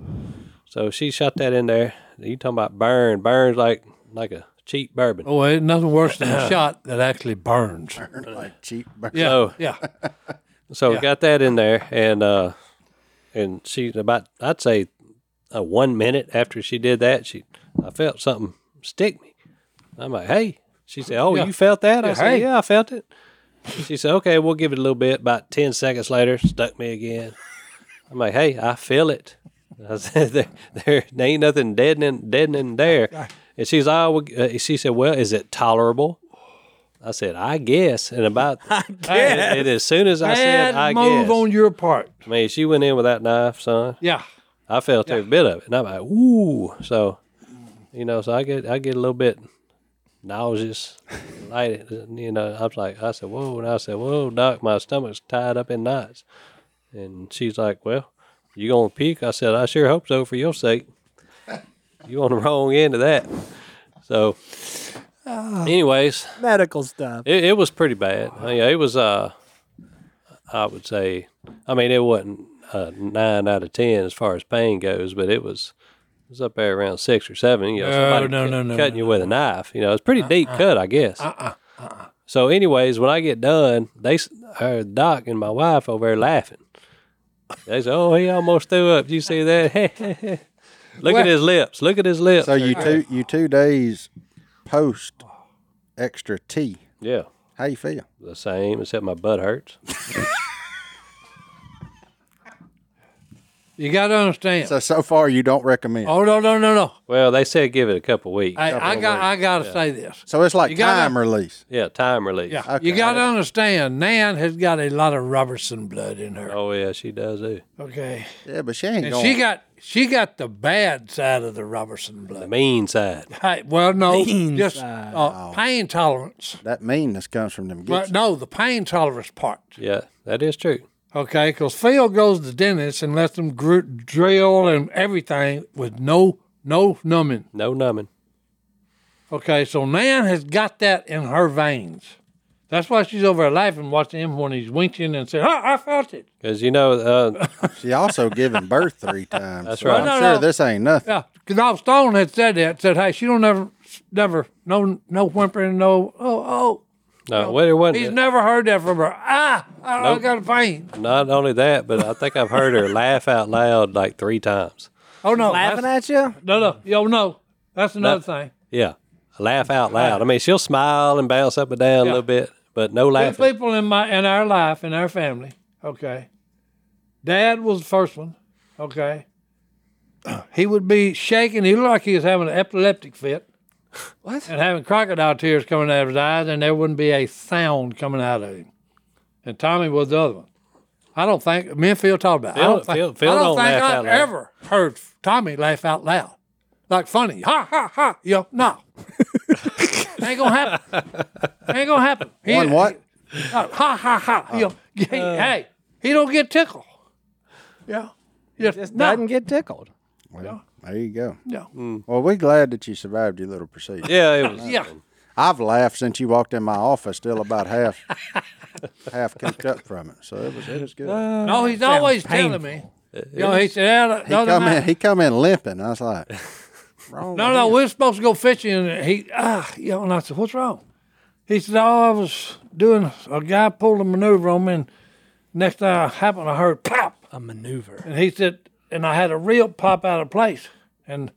[SPEAKER 1] So she shot that in there. You talking about burn? Burns like like a cheap bourbon.
[SPEAKER 2] Oh, ain't nothing worse than a shot that actually burns.
[SPEAKER 4] like cheap. burger.
[SPEAKER 2] Yeah,
[SPEAKER 1] Oh.
[SPEAKER 2] yeah.
[SPEAKER 1] So we got that in there, and uh, and she about I'd say uh, one minute after she did that, she I felt something stick me. I'm like, hey. She said, oh, you felt that? I said,
[SPEAKER 2] hey.
[SPEAKER 1] yeah, I felt it. She said, okay, we'll give it a little bit. About ten seconds later, stuck me again. I'm like, hey, I feel it. I said, there, there, there ain't nothing deadening, deadening there. And she's all, uh, she said, well, is it tolerable? I said, I guess. And about, I guess. And, and as soon as I said, I
[SPEAKER 2] Bad move
[SPEAKER 1] guess.
[SPEAKER 2] on your part.
[SPEAKER 1] I mean, she went in with that knife, son.
[SPEAKER 2] Yeah.
[SPEAKER 1] I felt every bit of it, and I'm like, ooh. So, you know, so I get I get a little bit nauseous. Like, you know, I was like, I said, whoa, and I said, whoa, doc, my stomach's tied up in knots. And she's like, well, you gonna puke? I said, I sure hope so for your sake. You on the wrong end of that. So, anyways,
[SPEAKER 3] Medical stuff.
[SPEAKER 1] it, it was pretty bad. I mean, it was uh, I would say, I mean, it wasn't a nine out of ten as far as pain goes, but it was it was up there around six or seven. You know,
[SPEAKER 2] No,
[SPEAKER 1] somebody
[SPEAKER 2] no,
[SPEAKER 1] cut-
[SPEAKER 2] no, no,
[SPEAKER 1] cutting
[SPEAKER 2] no, Uh,
[SPEAKER 1] you with a knife. You know, it's a pretty deep cut, I guess. Uh-uh, So, anyways, when I get done, they s- her doc and my wife over there laughing. They say, "Oh, he almost threw up. Did you see that? Look at his lips. Look at his lips."
[SPEAKER 4] So you two you two days post extra tea.
[SPEAKER 1] yeah,
[SPEAKER 4] How you feel?
[SPEAKER 1] the same except my butt hurts.
[SPEAKER 2] You got to understand.
[SPEAKER 4] So so far you don't recommend.
[SPEAKER 2] oh no no no no.
[SPEAKER 1] Well, they said give it a couple weeks.
[SPEAKER 2] I, I got I got to say this.
[SPEAKER 4] so it's like
[SPEAKER 2] you gotta-
[SPEAKER 4] time release.
[SPEAKER 1] Yeah, time release.
[SPEAKER 2] Yeah. You got to understand. Nan has got a lot of Robertson blood in her.
[SPEAKER 1] Oh yeah, she does do.
[SPEAKER 2] Okay.
[SPEAKER 4] Yeah, but she ain't
[SPEAKER 2] And
[SPEAKER 4] going.
[SPEAKER 2] she got she got the bad side of the Robertson
[SPEAKER 1] The
[SPEAKER 2] blood.
[SPEAKER 1] mean side.
[SPEAKER 2] Hey, well, no,
[SPEAKER 3] Mean
[SPEAKER 2] just
[SPEAKER 3] side.
[SPEAKER 2] uh, pain tolerance.
[SPEAKER 4] that meanness comes from them.
[SPEAKER 2] Well,
[SPEAKER 4] Gibsons.
[SPEAKER 2] no, the pain tolerance part.
[SPEAKER 1] Yeah, that is true.
[SPEAKER 2] Okay, because Phil goes to the dentist and lets them gr- drill and everything with no no numbing.
[SPEAKER 1] No numbing.
[SPEAKER 2] Okay, so Nan has got that in her veins. That's why she's over there laughing, watching him when he's winking and saying, oh, I felt it.
[SPEAKER 1] Because, you know, uh,
[SPEAKER 4] She also given birth three times. That's
[SPEAKER 1] right.
[SPEAKER 4] I'm
[SPEAKER 2] No,
[SPEAKER 4] sure
[SPEAKER 2] no.
[SPEAKER 4] this ain't nothing.
[SPEAKER 2] Yeah, because Dolph Stone had said that, said, hey, she don't never, never, no no whimpering, no, oh, oh.
[SPEAKER 1] no, well, it
[SPEAKER 2] He's
[SPEAKER 1] wasn't,
[SPEAKER 2] never heard that from her. Ah, I, I got a pain.
[SPEAKER 1] not only that, but I think I've heard her laugh out loud like three times.
[SPEAKER 2] Oh, no.
[SPEAKER 3] Laughing
[SPEAKER 2] that's-
[SPEAKER 3] at you?
[SPEAKER 2] No, no. Yo, no. That's another thing.
[SPEAKER 1] Yeah, laugh out loud. I mean, she'll smile and bounce up and down a
[SPEAKER 2] Yeah.
[SPEAKER 1] little bit, but no
[SPEAKER 2] There's
[SPEAKER 1] laughing.
[SPEAKER 2] people in my in our life in our family. Okay, Dad was the first one. Okay, he would be shaking. He looked like he was having an epileptic fit. What? And having crocodile tears coming out of his eyes, and there wouldn't be a sound coming out of him. And Tommy was the other one. I don't think me and Phil talked about. it. I
[SPEAKER 1] Phil-
[SPEAKER 2] don't think,
[SPEAKER 1] Phil- Phil
[SPEAKER 2] I
[SPEAKER 1] don't
[SPEAKER 2] don't think
[SPEAKER 1] laugh out
[SPEAKER 2] I've
[SPEAKER 1] loud.
[SPEAKER 2] ever heard Tommy laugh out loud, like funny. Ha ha ha. Yo, no. Ain't gonna happen. Ain't gonna happen. He-
[SPEAKER 4] One what?
[SPEAKER 2] Ha ha ha ha. You know, hey, hey, he don't get tickled. Yeah. Yes.
[SPEAKER 3] Just
[SPEAKER 2] no.
[SPEAKER 3] doesn't get tickled.
[SPEAKER 4] Well, there you go.
[SPEAKER 2] No.
[SPEAKER 4] Well, we're glad that you survived your little procedure.
[SPEAKER 1] Yeah, it was.
[SPEAKER 2] Yeah.
[SPEAKER 4] I've laughed since you walked in my office, still about half half cooked up from it. So it was it was good.
[SPEAKER 1] Uh,
[SPEAKER 2] No, he's always telling me. You know, he said, "Yeah,
[SPEAKER 4] he
[SPEAKER 2] doesn't
[SPEAKER 4] come in
[SPEAKER 2] matter."
[SPEAKER 4] he come in limping. I was like, wrong.
[SPEAKER 3] Oh,
[SPEAKER 2] no, no, we are supposed to go fishing, and he, ah, you know, and I said, "What's wrong?" He said, "Oh, I was doing a guy pulled a maneuver on me, and next thing I happened, I heard pop."
[SPEAKER 3] A maneuver.
[SPEAKER 2] And he said, and I had a reel pop out of place. And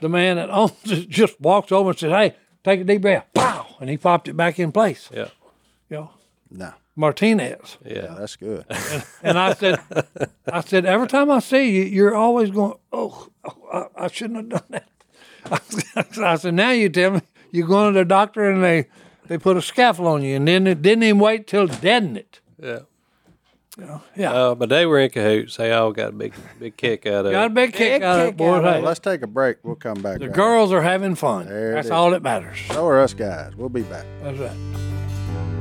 [SPEAKER 2] the man that owns it just walked over and said, hey, take a deep breath. Pow! And he popped it back in place.
[SPEAKER 1] Yeah.
[SPEAKER 2] You know,
[SPEAKER 4] No.
[SPEAKER 2] Martinez.
[SPEAKER 4] Yeah, that's good.
[SPEAKER 2] And I said, I said, every time I see you, you're always going, oh, oh, I, I shouldn't have done that. I said- I said, now you tell me you're going to the doctor and they, they put a scaffold on you and then it didn't even wait till it deadened it.
[SPEAKER 1] Yeah.
[SPEAKER 2] Yeah.
[SPEAKER 1] Uh, but they were in cahoots. They all got a big, big kick out of
[SPEAKER 2] Got a
[SPEAKER 1] it.
[SPEAKER 2] big kick out of it, boy.
[SPEAKER 4] Well,
[SPEAKER 2] Hey,
[SPEAKER 4] let's take a break. We'll come back.
[SPEAKER 2] the
[SPEAKER 4] right
[SPEAKER 2] girls are having fun.
[SPEAKER 4] There it
[SPEAKER 2] That's
[SPEAKER 4] is.
[SPEAKER 2] all that matters.
[SPEAKER 4] now. So are us guys. We'll be back.
[SPEAKER 2] That's right.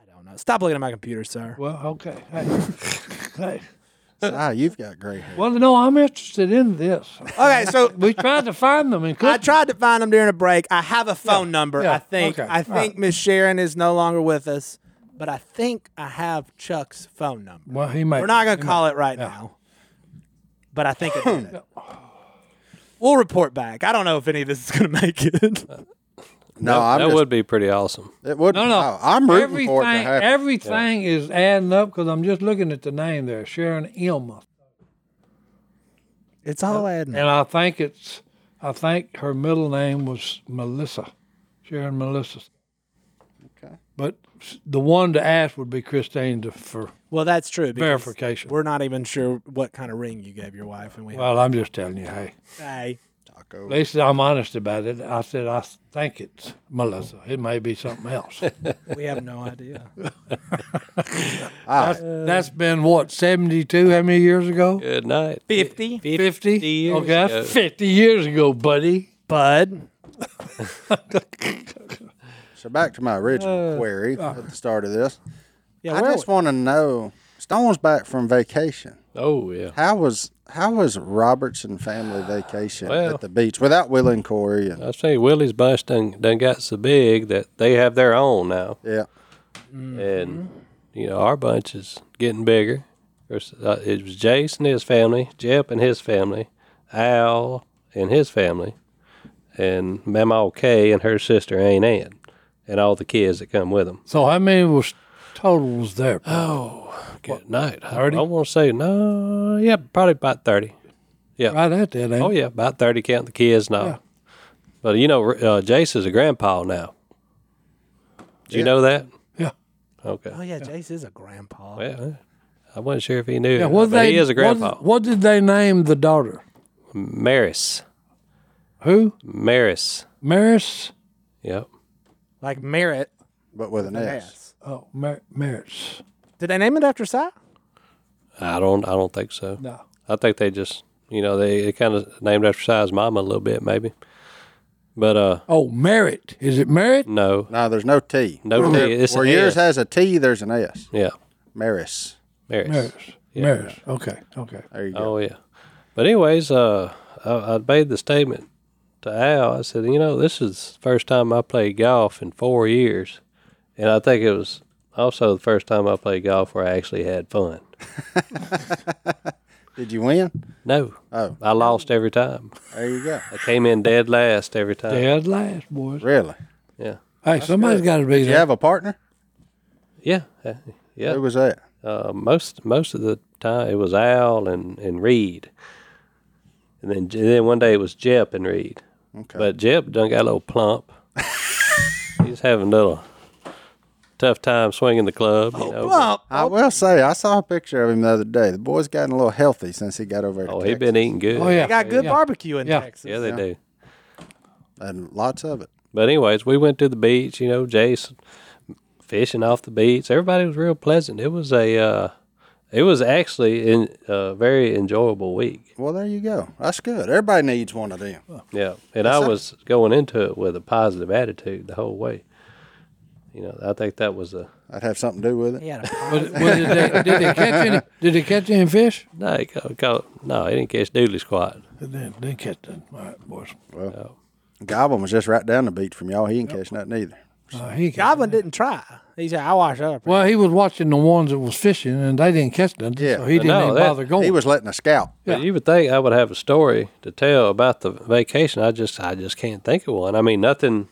[SPEAKER 3] I don't know. Stop looking at my computer, sir.
[SPEAKER 2] Well, okay. Hey. hey.
[SPEAKER 4] ah, you've got gray hair.
[SPEAKER 2] Well, no, I'm interested in this.
[SPEAKER 3] Okay, so
[SPEAKER 2] We tried to find them and
[SPEAKER 3] I
[SPEAKER 2] couldn't.
[SPEAKER 3] tried to find him during a break. I have a phone number.
[SPEAKER 2] yeah,
[SPEAKER 3] I think.
[SPEAKER 2] okay,
[SPEAKER 3] I
[SPEAKER 2] all
[SPEAKER 3] think Miss Sharon is no longer with us, but I think I have Chuck's phone number.
[SPEAKER 2] well, he may.
[SPEAKER 3] We're not going to call it right now, but I think I did it. We'll report back. I don't know if any of this is going to make it.
[SPEAKER 4] No,
[SPEAKER 1] that
[SPEAKER 4] I'm
[SPEAKER 1] that
[SPEAKER 4] just,
[SPEAKER 1] would be pretty awesome.
[SPEAKER 4] it would.
[SPEAKER 2] No, no.
[SPEAKER 4] oh, I'm rooting
[SPEAKER 2] everything,
[SPEAKER 4] for it to happen.
[SPEAKER 2] Everything is adding up because I'm just looking at the name there, Sharon Ilma,
[SPEAKER 3] It's all adding.
[SPEAKER 4] Mm.
[SPEAKER 3] up.
[SPEAKER 2] and I think it's, I think her middle name was Melissa, Sharon Melissa.
[SPEAKER 4] Okay.
[SPEAKER 2] But s- the one to ask would be Christine to, for
[SPEAKER 3] Well, that's true. because
[SPEAKER 2] verification.
[SPEAKER 3] We're not even sure what kind of ring you gave your wife, and we have
[SPEAKER 2] Well, I'm just telling you, hey.
[SPEAKER 3] to say
[SPEAKER 4] Oh.
[SPEAKER 2] At least I'm honest about it. I said I think it's Melissa. It may be something else.
[SPEAKER 3] we have no idea.
[SPEAKER 2] that's, that's Uh, been what 72? How many years ago?
[SPEAKER 1] Good night.
[SPEAKER 3] Fifty,
[SPEAKER 2] 50?
[SPEAKER 1] years
[SPEAKER 2] okay, that's
[SPEAKER 1] ago.
[SPEAKER 2] 50 years ago, buddy.
[SPEAKER 3] bud.
[SPEAKER 1] e-
[SPEAKER 4] So back to my
[SPEAKER 1] Uh,
[SPEAKER 4] original query at the start of this.
[SPEAKER 3] Yeah,
[SPEAKER 4] I
[SPEAKER 3] where
[SPEAKER 4] just want to know. Stone's back from vacation.
[SPEAKER 1] Oh yeah.
[SPEAKER 4] How was how was Robertson family vacation
[SPEAKER 1] Well-
[SPEAKER 4] at the beach without Will and Corey? And,
[SPEAKER 1] I say Willie's bunch done, done got so big that they have their own now,
[SPEAKER 4] yeah,
[SPEAKER 1] and you know our bunch is getting bigger. Of course, uh, It was Jace and his family, Jep and his family, Al and his family, and Mama Kay and her sister Aunt Ann, and all the kids that come with them.
[SPEAKER 2] So how many was total was there?
[SPEAKER 4] Uh,
[SPEAKER 1] Good night. I, I want to say no. Yeah, probably about thirty.
[SPEAKER 2] right at that, ain't
[SPEAKER 1] Oh yeah, about thirty counting the kids now. But you know, uh, Jace is a grandpa now. Do you know that?
[SPEAKER 2] Yeah.
[SPEAKER 1] Okay.
[SPEAKER 3] Oh yeah, Jace is a grandpa.
[SPEAKER 1] Well, I wasn't sure if he knew.
[SPEAKER 2] Yeah,
[SPEAKER 1] but
[SPEAKER 2] what they,
[SPEAKER 1] he is a grandpa.
[SPEAKER 2] What, what did they name the daughter?
[SPEAKER 1] Maris.
[SPEAKER 2] Who?
[SPEAKER 1] Maris.
[SPEAKER 2] Maris?
[SPEAKER 1] Yep.
[SPEAKER 3] Like Merritt.
[SPEAKER 4] but with an S.
[SPEAKER 3] Yes.
[SPEAKER 2] Oh, Mar- Maris.
[SPEAKER 3] Did they name it after Si?
[SPEAKER 1] I don't. I don't think so.
[SPEAKER 2] No.
[SPEAKER 1] I think they just, you know, they, they kind of named after Si's mama a little bit, maybe. But uh,
[SPEAKER 2] Oh, Merritt. Is it Merritt?
[SPEAKER 1] no.
[SPEAKER 4] No, there's no T.
[SPEAKER 1] No T,
[SPEAKER 4] Where-
[SPEAKER 1] it's
[SPEAKER 4] Where
[SPEAKER 1] an
[SPEAKER 4] yours
[SPEAKER 1] S.
[SPEAKER 4] has a T, there's an S.
[SPEAKER 1] Yeah.
[SPEAKER 4] Maris.
[SPEAKER 1] Maris.
[SPEAKER 2] Maris. Maris. Okay. Okay.
[SPEAKER 4] There you go.
[SPEAKER 1] Oh yeah. But anyways, uh, I, I made the statement to Al. I said, you know, this is the first time I played golf in four years, and I think it was also the first time I played golf where I actually had fun.
[SPEAKER 4] Did you win?
[SPEAKER 1] No.
[SPEAKER 4] Oh.
[SPEAKER 1] I lost every time.
[SPEAKER 4] There you go.
[SPEAKER 1] I came in dead last every time.
[SPEAKER 2] Dead last, boys.
[SPEAKER 4] Really?
[SPEAKER 1] Yeah.
[SPEAKER 2] Hey, somebody's got to be
[SPEAKER 4] Do you
[SPEAKER 2] there.
[SPEAKER 4] have a partner?
[SPEAKER 1] Yeah. uh, Yeah.
[SPEAKER 4] Who was that?
[SPEAKER 1] Uh, most most of the time it was Al and, and Reed. And then J- then one day it was Jep and Reed.
[SPEAKER 4] Okay.
[SPEAKER 1] But Jep done got a little plump. He's having a little tough time swinging the club. You know, but-
[SPEAKER 3] Well,
[SPEAKER 4] I will say, I saw a picture of him the other day. The boy's gotten a little healthy since he got over to
[SPEAKER 1] oh,
[SPEAKER 4] Texas.
[SPEAKER 1] he been eating good.
[SPEAKER 2] Oh, yeah.
[SPEAKER 3] they got good
[SPEAKER 2] yeah.
[SPEAKER 3] barbecue in
[SPEAKER 2] Yeah.
[SPEAKER 3] Texas.
[SPEAKER 1] Yeah, they do.
[SPEAKER 4] And lots of it.
[SPEAKER 1] But anyways, we went to the beach. You know, Jason fishing off the beach. Everybody was real pleasant. It was a, uh, it was actually in a very enjoyable week.
[SPEAKER 4] Well, there you go. That's good. Everybody needs one of them.
[SPEAKER 1] Yeah, and I was going into it with a positive attitude the whole way. You know, I think that was a
[SPEAKER 4] I'd have something to do with it.
[SPEAKER 3] Yeah.
[SPEAKER 2] Was- was it- did, they, did they catch any? Did they catch any fish?
[SPEAKER 1] no, he ca- ca- no, he didn't catch doodly squat.
[SPEAKER 2] They didn't, didn't catch them. All right, boys.
[SPEAKER 4] Goblin was just right down the beach from y'all. He didn't catch nothing either.
[SPEAKER 2] Uh, he catch-
[SPEAKER 3] Goblin didn't try. He said, "I wash up."
[SPEAKER 2] Well, he was watching the ones that was fishing, and they didn't catch nothing,
[SPEAKER 4] Yeah.
[SPEAKER 2] so he didn't
[SPEAKER 1] No,
[SPEAKER 2] even
[SPEAKER 1] that-
[SPEAKER 2] bother going.
[SPEAKER 4] He was letting a scout.
[SPEAKER 1] But you would think I would have a story to tell about the vacation. I just, I just can't think of one. I mean, nothing,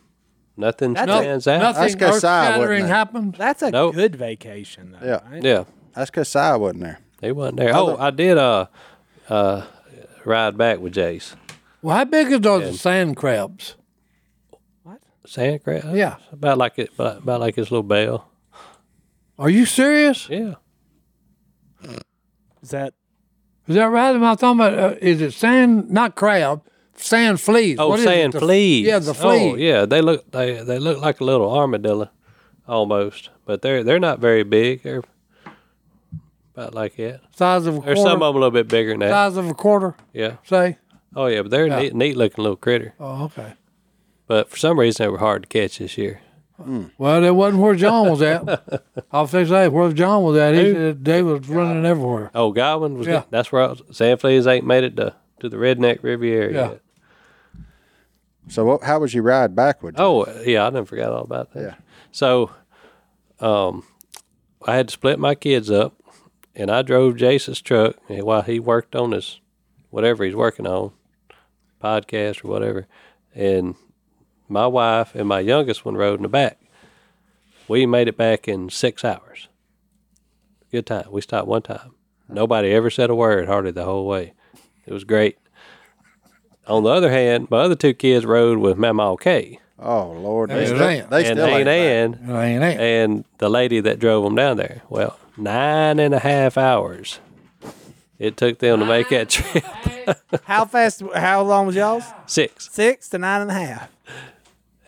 [SPEAKER 1] nothing
[SPEAKER 3] That's a-
[SPEAKER 1] stands out.
[SPEAKER 4] That's
[SPEAKER 2] nothing
[SPEAKER 4] 'cause
[SPEAKER 2] earth
[SPEAKER 4] Si
[SPEAKER 2] shattering
[SPEAKER 4] wasn't there.
[SPEAKER 2] happened.
[SPEAKER 3] That's a
[SPEAKER 1] Nope.
[SPEAKER 3] good vacation, though.
[SPEAKER 4] Yeah.
[SPEAKER 3] right?
[SPEAKER 1] Yeah,
[SPEAKER 4] That's because Si wasn't there.
[SPEAKER 1] he wasn't there. Oh, I did uh, uh, ride back with Jace.
[SPEAKER 2] Well, how big are those sand crabs?
[SPEAKER 1] Sand crab.
[SPEAKER 2] Yeah.
[SPEAKER 1] about like it, about, about like his little bell.
[SPEAKER 2] Are you serious?
[SPEAKER 1] Yeah,
[SPEAKER 3] Is that
[SPEAKER 2] Is that right? Am I talking about? Uh, is it sand? Not crab. Sand fleas.
[SPEAKER 1] Oh,
[SPEAKER 2] What is it?
[SPEAKER 1] sand
[SPEAKER 2] The-
[SPEAKER 1] fleas.
[SPEAKER 2] Yeah, the
[SPEAKER 1] Oh,
[SPEAKER 2] fleas.
[SPEAKER 1] yeah, they look they they look like a little armadillo. almost, but they're they're not very big. They're about like that.
[SPEAKER 2] Size of a
[SPEAKER 1] There's some of
[SPEAKER 2] quarter.
[SPEAKER 1] them a little bit bigger than that.
[SPEAKER 2] Size of a quarter,
[SPEAKER 1] Yeah.
[SPEAKER 2] say.
[SPEAKER 1] Oh yeah, but they're neat, neat looking little critter.
[SPEAKER 2] Oh, okay.
[SPEAKER 1] But for some reason, they were hard to catch this year.
[SPEAKER 2] Well, that wasn't where John was at. I'll say, say where John was at. He, said they was running everywhere.
[SPEAKER 1] Oh, Godwin was.
[SPEAKER 2] Yeah.
[SPEAKER 1] That's where I was, San Fleas ain't made it to, to the Redneck Riviera
[SPEAKER 2] Yeah.
[SPEAKER 1] yet.
[SPEAKER 4] So what, how was your ride backwards?
[SPEAKER 1] Oh yeah, I didn't forget all about that.
[SPEAKER 4] Yeah.
[SPEAKER 1] So, um, I had to split my kids up, and I drove Jason's truck and while he worked on his whatever he's working on, podcast or whatever, and my wife and my youngest one rode in the back. We made it back in six hours. Good time. We stopped one time. Nobody ever said a word hardly the whole way. It was great. On the other hand, my other two kids rode with Mamaw Kay
[SPEAKER 4] Oh Lord, they
[SPEAKER 2] That's
[SPEAKER 4] still,
[SPEAKER 2] right.
[SPEAKER 4] they
[SPEAKER 1] and
[SPEAKER 4] still ain't
[SPEAKER 1] Aunt
[SPEAKER 4] back.
[SPEAKER 1] Ann
[SPEAKER 2] It ain't it.
[SPEAKER 1] and the lady that drove them down there. Well, nine and a half hours it took them to make that trip.
[SPEAKER 3] How fast? How long was y'all's?
[SPEAKER 1] Six.
[SPEAKER 3] Six to nine and a half.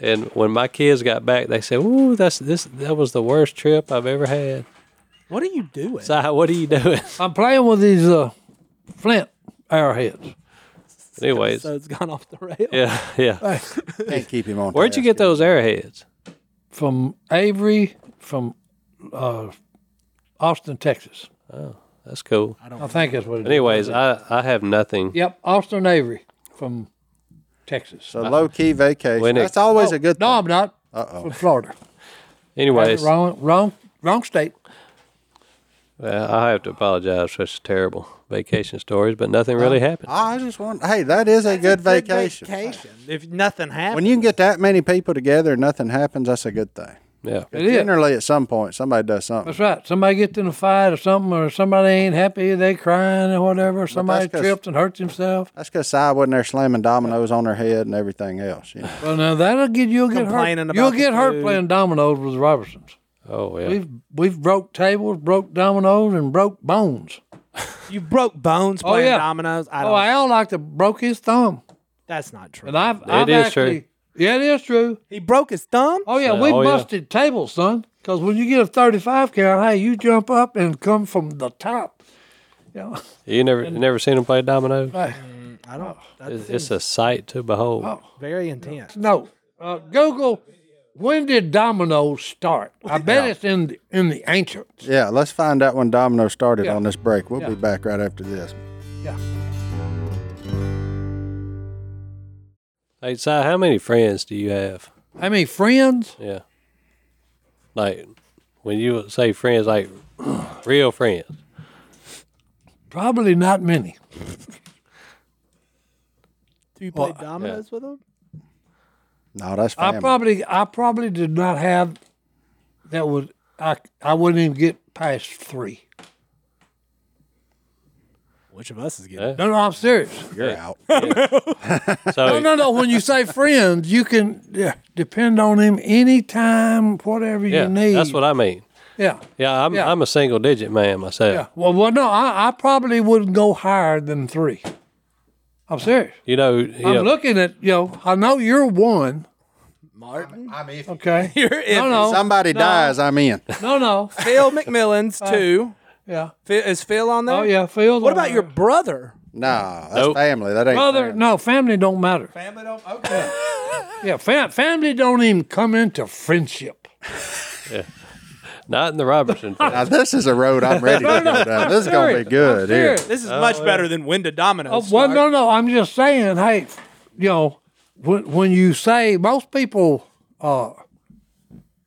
[SPEAKER 1] And when my kids got back, they said, "Ooh, that's this. That was the worst trip I've ever had."
[SPEAKER 3] What are you doing?
[SPEAKER 1] Si, what are you doing?
[SPEAKER 2] I'm playing with these uh, Flint arrowheads.
[SPEAKER 1] Anyways,
[SPEAKER 3] So it's gone off the rail.
[SPEAKER 1] yeah, yeah.
[SPEAKER 4] Can't keep him on.
[SPEAKER 1] Where'd you get
[SPEAKER 4] task.
[SPEAKER 1] those arrowheads?
[SPEAKER 2] from Avery, from uh, Austin, Texas.
[SPEAKER 1] That's cool.
[SPEAKER 2] I, think that's what it is.
[SPEAKER 1] Anyways, I I have nothing.
[SPEAKER 2] Yep, Austin Avery from Texas.
[SPEAKER 4] So low key vacation.
[SPEAKER 1] When it-
[SPEAKER 4] That's always
[SPEAKER 2] Oh,
[SPEAKER 4] a good.
[SPEAKER 2] No,
[SPEAKER 4] thing.
[SPEAKER 2] I'm not. Uh-oh. From Florida.
[SPEAKER 1] Anyways,
[SPEAKER 2] Wrong, wrong, wrong state.
[SPEAKER 1] well, I have to apologize for such terrible vacation stories, but nothing
[SPEAKER 2] Oh,
[SPEAKER 1] really happened.
[SPEAKER 2] ah,
[SPEAKER 4] I was just wonder. Hey, that is a good vacation.
[SPEAKER 3] vacation. If nothing happens.
[SPEAKER 4] When you can get that many people together and nothing happens, that's a good thing.
[SPEAKER 1] Yeah.
[SPEAKER 2] It is.
[SPEAKER 4] Generally, at some point, somebody does something.
[SPEAKER 2] That's right. Somebody gets in a fight or something, or somebody ain't happy, they crying or whatever. Somebody
[SPEAKER 4] 'cause-
[SPEAKER 2] trips and hurts himself.
[SPEAKER 4] That's because Si wasn't there slamming dominoes on her head and everything else. You know.
[SPEAKER 2] Well, now that'll get you'll get hurt.
[SPEAKER 3] Complaining about
[SPEAKER 2] You'll
[SPEAKER 3] the
[SPEAKER 2] get hurt
[SPEAKER 3] food.
[SPEAKER 2] playing dominoes with the Robertsons.
[SPEAKER 1] Oh yeah.
[SPEAKER 2] We've we've broke tables, broke dominoes, and broke bones.
[SPEAKER 3] You broke bones
[SPEAKER 2] Oh,
[SPEAKER 3] playing
[SPEAKER 2] yeah.
[SPEAKER 3] dominoes. I don't.
[SPEAKER 2] Oh, Al like to broke his thumb,
[SPEAKER 3] that's not true.
[SPEAKER 2] and I've I've
[SPEAKER 1] is true.
[SPEAKER 2] actually yeah, it is true.
[SPEAKER 3] he broke his thumb.
[SPEAKER 2] Oh yeah,
[SPEAKER 1] Uh,
[SPEAKER 2] we
[SPEAKER 1] oh, yeah.
[SPEAKER 2] busted tables, son. Because when you get a thirty-five count, hey, you jump up and come from the top. Yeah,
[SPEAKER 1] You never you never seen them play dominoes?
[SPEAKER 2] Hey,
[SPEAKER 3] I don't.
[SPEAKER 2] Oh,
[SPEAKER 3] That's
[SPEAKER 1] It's it's a sight to behold.
[SPEAKER 3] very intense.
[SPEAKER 2] no, uh, Google. When did dominoes start? I bet it's in the, in the ancients.
[SPEAKER 4] Yeah, let's find out when domino started
[SPEAKER 2] Yeah.
[SPEAKER 4] on this break. We'll
[SPEAKER 2] Yeah.
[SPEAKER 4] be back right after this.
[SPEAKER 1] Hey, Si, how many friends do you have?
[SPEAKER 2] I mean, friends.
[SPEAKER 1] Yeah. Like, when you say friends, like real friends.
[SPEAKER 2] Probably not many.
[SPEAKER 3] Do you play dominoes with him?
[SPEAKER 4] No, that's
[SPEAKER 2] I
[SPEAKER 4] family.
[SPEAKER 2] probably I probably did not have that would I I wouldn't even get past three.
[SPEAKER 3] Which of us is getting?
[SPEAKER 2] No, no, I'm serious.
[SPEAKER 4] You're out.
[SPEAKER 1] So,
[SPEAKER 2] No, no, no. When you say friends, you can yeah, depend on him anytime, whatever
[SPEAKER 1] yeah,
[SPEAKER 2] you need.
[SPEAKER 1] that's what I mean.
[SPEAKER 2] yeah,
[SPEAKER 1] Yeah, I'm,
[SPEAKER 2] Yeah.
[SPEAKER 1] I'm a single digit man myself.
[SPEAKER 2] yeah. Well, well, no, I, I probably wouldn't go higher than three. I'm serious.
[SPEAKER 1] You know, you
[SPEAKER 2] I'm
[SPEAKER 1] know,
[SPEAKER 2] looking at you know. I know you're one.
[SPEAKER 3] Martin.
[SPEAKER 4] I'm iffy.
[SPEAKER 2] Okay.
[SPEAKER 3] You're in.
[SPEAKER 2] no, no,
[SPEAKER 4] Somebody dies, I'm in.
[SPEAKER 2] no, no.
[SPEAKER 3] Phil McMillan's too.
[SPEAKER 2] Yeah.
[SPEAKER 3] Phil, is Phil on there?
[SPEAKER 2] Oh yeah. Phil.
[SPEAKER 3] What about your brother?
[SPEAKER 4] No, that's
[SPEAKER 1] Nope.
[SPEAKER 4] family. That ain't
[SPEAKER 2] brother?
[SPEAKER 4] friends.
[SPEAKER 2] No, family don't matter.
[SPEAKER 3] Family don't. Okay.
[SPEAKER 2] Yeah, fam- family don't even come into friendship.
[SPEAKER 1] not in the Robertson. family.
[SPEAKER 4] Now, this is a road I'm ready to go down. This is gonna be good here.
[SPEAKER 2] Serious.
[SPEAKER 3] This is much better than when to dominoes.
[SPEAKER 2] Oh, well,
[SPEAKER 3] start.
[SPEAKER 2] no, no. I'm just saying, hey, you know, when, when you say most people uh,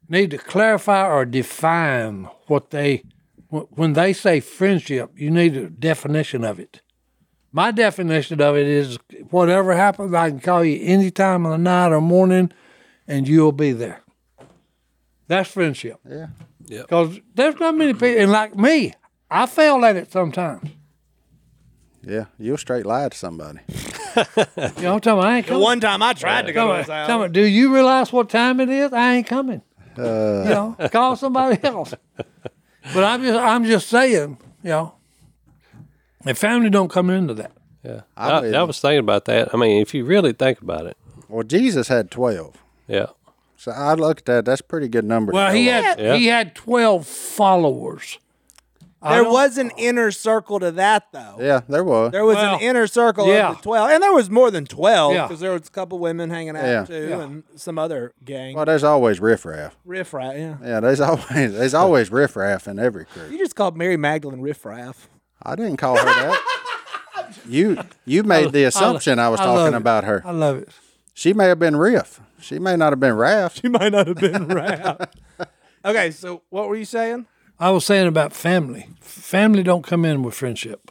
[SPEAKER 2] need to clarify or define what they, wh- when they say friendship, you need a definition of it. My definition of it is whatever happens, I can call you any time of the night or morning and you'll be there. That's friendship. Yeah.
[SPEAKER 1] Yep.
[SPEAKER 2] Because there's not many people, and like me, I fail at it sometimes.
[SPEAKER 4] Yeah, you'll straight lie to somebody.
[SPEAKER 2] You know, I'm talking, I ain't
[SPEAKER 3] The
[SPEAKER 2] coming.
[SPEAKER 3] one time I tried to go to his house.
[SPEAKER 2] Tell me, do you realize what time it is? I ain't coming.
[SPEAKER 4] Uh.
[SPEAKER 2] you know, call somebody else. But I'm just, I'm just saying, you know, and family don't come into that.
[SPEAKER 1] yeah.
[SPEAKER 4] I'm
[SPEAKER 1] I,
[SPEAKER 4] with
[SPEAKER 1] I
[SPEAKER 4] you.
[SPEAKER 1] was thinking about that. I mean, if you really think about it,
[SPEAKER 4] Well, Jesus had twelve.
[SPEAKER 1] yeah.
[SPEAKER 4] So I looked at that's pretty good number. to
[SPEAKER 2] Well,
[SPEAKER 4] go
[SPEAKER 2] he
[SPEAKER 4] off.
[SPEAKER 2] had
[SPEAKER 1] Yeah.
[SPEAKER 2] he had twelve followers. I
[SPEAKER 3] There
[SPEAKER 2] don't-
[SPEAKER 3] was an inner circle to that, though.
[SPEAKER 4] yeah, there was.
[SPEAKER 3] There was
[SPEAKER 2] Well,
[SPEAKER 3] an inner circle
[SPEAKER 2] yeah.
[SPEAKER 3] of the 12. And there was more than 12
[SPEAKER 2] Yeah.
[SPEAKER 3] because there was a couple women hanging out,
[SPEAKER 4] Yeah.
[SPEAKER 3] too, and some other gang.
[SPEAKER 4] well, there's always riffraff.
[SPEAKER 3] Riffraff, yeah.
[SPEAKER 4] Yeah, there's always there's always riffraff in every crew.
[SPEAKER 3] You just called Mary Magdalene riffraff.
[SPEAKER 4] I didn't call her that. You you made the assumption I, was
[SPEAKER 2] love
[SPEAKER 4] talking
[SPEAKER 2] it.
[SPEAKER 4] about her.
[SPEAKER 2] I love it.
[SPEAKER 4] She may have been riff. She may not have been raft.
[SPEAKER 3] You might not have been right. okay, so what were you saying?
[SPEAKER 2] I was saying about family. Family don't come in with friendship.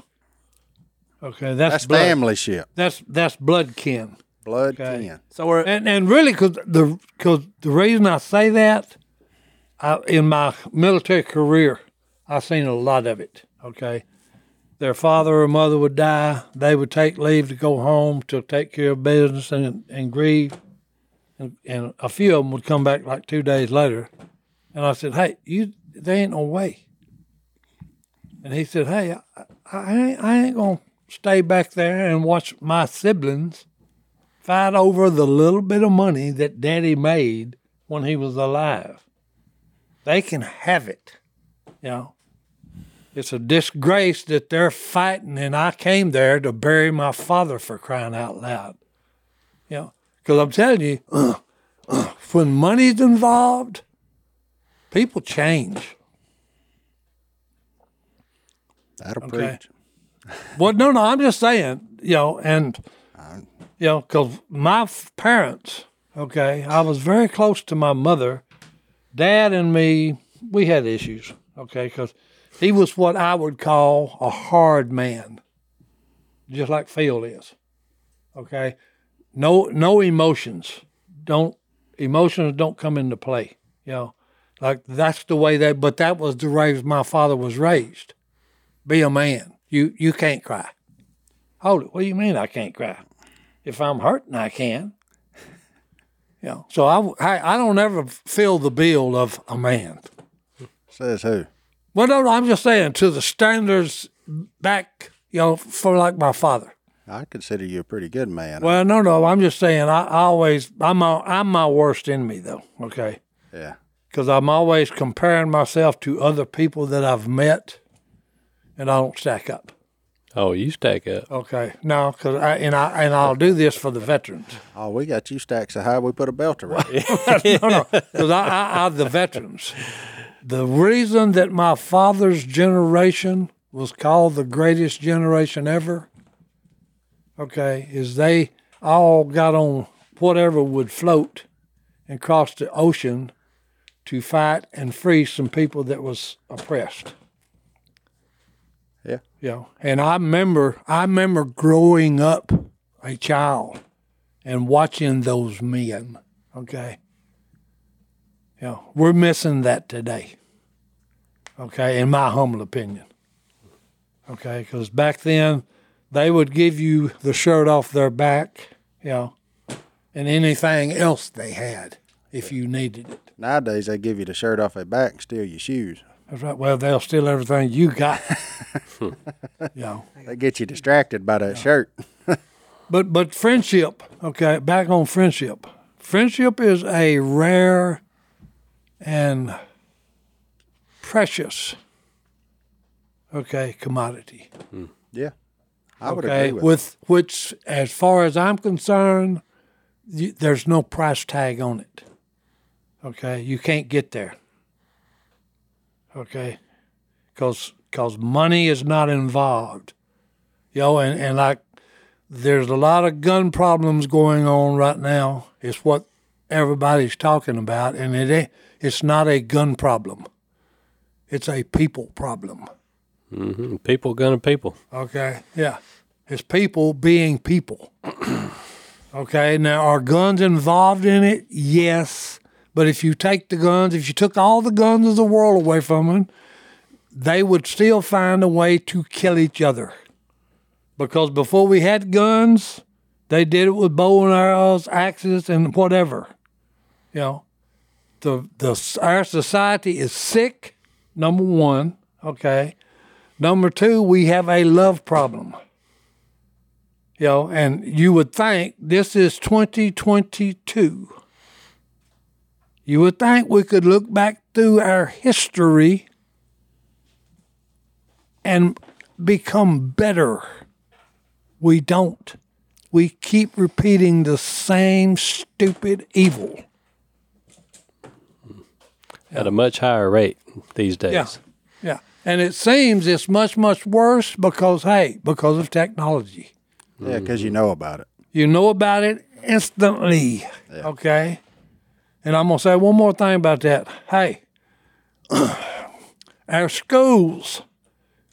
[SPEAKER 2] Okay, that's,
[SPEAKER 4] That's
[SPEAKER 2] blood.
[SPEAKER 4] family ship.
[SPEAKER 2] That's that's blood kin.
[SPEAKER 4] Blood
[SPEAKER 2] Okay.
[SPEAKER 4] kin.
[SPEAKER 3] So we're
[SPEAKER 2] And and really, cause the cause the reason I say that, I, in my military career, I've seen a lot of it. Okay, their father or mother would die. They would take leave to go home to take care of business and and grieve, and, and a few of them would come back like two days later, and I said, "Hey, you, there ain't no way." And he said, "Hey, I, I ain't I ain't gonna stay back there and watch my siblings." fight over the little bit of money that daddy made when he was alive. They can have it. You know, it's a disgrace that they're fighting, and I came there to bury my father for crying out loud. You know, because I'm telling you, when money's involved, people change.
[SPEAKER 4] That'll
[SPEAKER 2] Okay.
[SPEAKER 4] preach.
[SPEAKER 2] Well, no, no, I'm just saying, you know, and you know, because my f- parents, okay, I was very close to my mother. Dad and me, we had issues, okay, because he was what I would call a hard man, just like Phil is, okay. No, no emotions. Don't emotions don't come into play. You know, like that's the way that. But that was the way my father was raised be a man. You you can't cry. Hold it. What do you mean I can't cry? If I'm hurting, I can. You know, so I, I, I don't ever feel the bill of a man.
[SPEAKER 4] Says who?
[SPEAKER 2] Well, no, no, I'm just saying to the standards back, you know, for like my father.
[SPEAKER 4] I consider you a pretty good man.
[SPEAKER 2] Well, no, no, I'm just saying I, I always, I'm my, I'm my worst enemy though, okay?
[SPEAKER 4] yeah.
[SPEAKER 2] Because I'm always comparing myself to other people that I've met and I don't stack up.
[SPEAKER 1] Oh, you stack up.
[SPEAKER 2] Okay, no, because I and I and I'll do this for the veterans.
[SPEAKER 4] Oh, we got you stacked so high we put a belt around. it.
[SPEAKER 2] No, no, because I, I, I the veterans. The reason that my father's generation was called the greatest generation ever. Okay, is they all got on whatever would float, and crossed the ocean, to fight and free some people that was oppressed.
[SPEAKER 4] Yeah.
[SPEAKER 2] you know, and I remember I remember growing up a child and watching those men. Okay. You know, we're missing that today. Okay, in my humble opinion. Okay, because back then they would give you the shirt off their back, you know, and anything else they had if you needed it.
[SPEAKER 4] Nowadays they give you the shirt off their back and steal your shoes.
[SPEAKER 2] That's right. Well, they'll steal everything you got. you know.
[SPEAKER 4] They get you distracted by that shirt.
[SPEAKER 2] But but friendship, okay, back on friendship. Friendship is a rare and precious okay, commodity.
[SPEAKER 4] Yeah. I would
[SPEAKER 2] okay,
[SPEAKER 4] agree with,
[SPEAKER 2] with which as far as I'm concerned, you, there's no price tag on it. Okay, you can't get there. Okay, because because money is not involved, you know, and and like there's a lot of gun problems going on right now. It's what everybody's talking about, and it ain't, it's not a gun problem. It's a people problem.
[SPEAKER 1] Hmm, People gonna people.
[SPEAKER 2] Okay. Yeah. It's people being people. okay. Now, are guns involved in it? Yes. But if you take the guns, if you took all the guns of the world away from them, they would still find a way to kill each other. Because before we had guns, they did it with bow and arrows, axes, and whatever. You know, the, the our society is sick. Number one, okay. Number two, we have a love problem. You know, and you would think this is 2022. You would think we could look back through our history and become better. We don't. We keep repeating the same stupid evil.
[SPEAKER 1] at a much higher rate these days.
[SPEAKER 2] Yeah. Yeah. And it seems it's much, much worse because, hey, because of technology.
[SPEAKER 4] Yeah, because you know about it.
[SPEAKER 2] You know about it instantly. Okay. And I'm going to say one more thing about that. Hey, our schools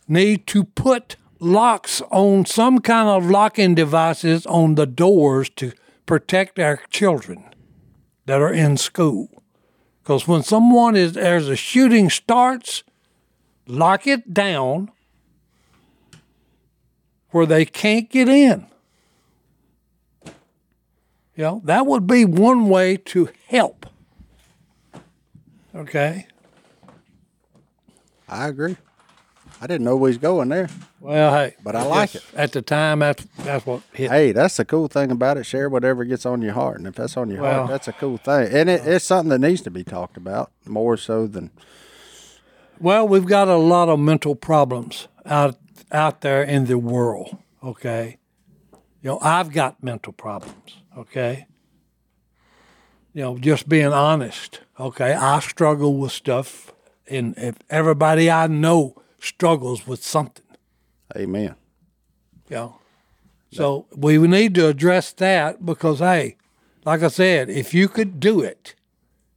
[SPEAKER 2] need to put locks on some kind of locking devices on the doors to protect our children that are in school. Because when someone is, there's a shooting starts, lock it down where they can't get in. You know, that would be one way to help. Okay.
[SPEAKER 4] I agree. I didn't know we was going there,
[SPEAKER 2] Well, hey,
[SPEAKER 4] but I like it.
[SPEAKER 2] at the time, that's, that's what hit.
[SPEAKER 4] Hey, that's the cool thing about it. Share whatever gets on your heart, and if that's on your
[SPEAKER 2] Well-
[SPEAKER 4] heart, that's a cool thing, and it, it's something that needs to be talked about more so than
[SPEAKER 2] Well, we've got a lot of mental problems out out there in the world. Okay, you know I've got mental problems. Okay, you know just being honest. Okay, I struggle with stuff, and if everybody I know struggles with something,
[SPEAKER 4] Amen.
[SPEAKER 2] you know. So we need to address that because hey, like I said, if you could do it,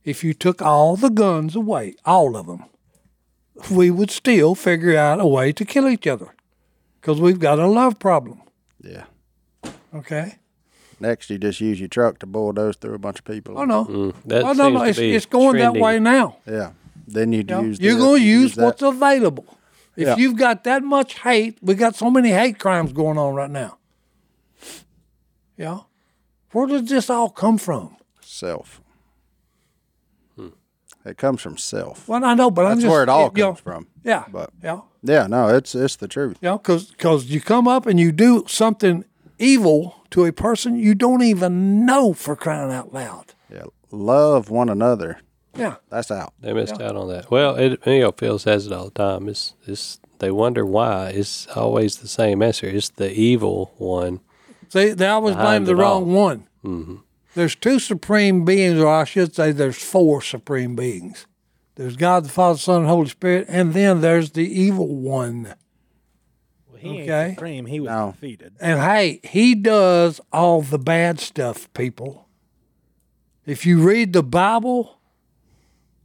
[SPEAKER 2] if you took all the guns away, all of them, we would still figure out a way to kill each other because we've got a love problem.
[SPEAKER 4] Yeah.
[SPEAKER 2] Okay.
[SPEAKER 4] Next, you just use your truck to bulldoze through a bunch of people.
[SPEAKER 2] Oh no.
[SPEAKER 1] Mm, That
[SPEAKER 2] oh no, no.
[SPEAKER 1] seems
[SPEAKER 2] It's,
[SPEAKER 1] to be
[SPEAKER 2] it's going that
[SPEAKER 1] trending.
[SPEAKER 2] way now.
[SPEAKER 4] Yeah. Then you'd
[SPEAKER 2] you know?
[SPEAKER 4] use.
[SPEAKER 2] You're
[SPEAKER 4] this,
[SPEAKER 2] going to
[SPEAKER 4] you'd
[SPEAKER 2] use
[SPEAKER 4] that.
[SPEAKER 2] what's available. If
[SPEAKER 4] Yeah.
[SPEAKER 2] you've got that much hate, we got so many hate crimes going on right now. Yeah. Where does this all come from?
[SPEAKER 4] self. Hmm. It comes from self.
[SPEAKER 2] Well, I know, but I'm
[SPEAKER 4] That's
[SPEAKER 2] just
[SPEAKER 4] where it all
[SPEAKER 2] you know,
[SPEAKER 4] comes from.
[SPEAKER 2] Yeah,
[SPEAKER 4] But-
[SPEAKER 2] yeah,
[SPEAKER 4] Yeah. No, it's it's the truth.
[SPEAKER 2] yeah, because you come up and you do something evil to a person you don't even know for crying out loud.
[SPEAKER 4] Yeah. Love one another.
[SPEAKER 2] Yeah,
[SPEAKER 4] That's out.
[SPEAKER 1] They missed out on that. Well, it, you know, Phil says it all the time. It's, it's, they wonder why. It's always the same answer. It's the evil one.
[SPEAKER 2] see, they always blame
[SPEAKER 1] Behind
[SPEAKER 2] the
[SPEAKER 1] it
[SPEAKER 2] wrong
[SPEAKER 1] all.
[SPEAKER 2] one. Mm-hmm. There's two supreme beings, or I should say, there's four supreme beings. There's God the Father, Son, and Holy Spirit, and then there's the evil one.
[SPEAKER 8] Well, he
[SPEAKER 2] Okay.
[SPEAKER 8] ain't supreme. He was
[SPEAKER 4] No.
[SPEAKER 8] defeated.
[SPEAKER 2] And hey, he does all the bad stuff, people. If you read the Bible,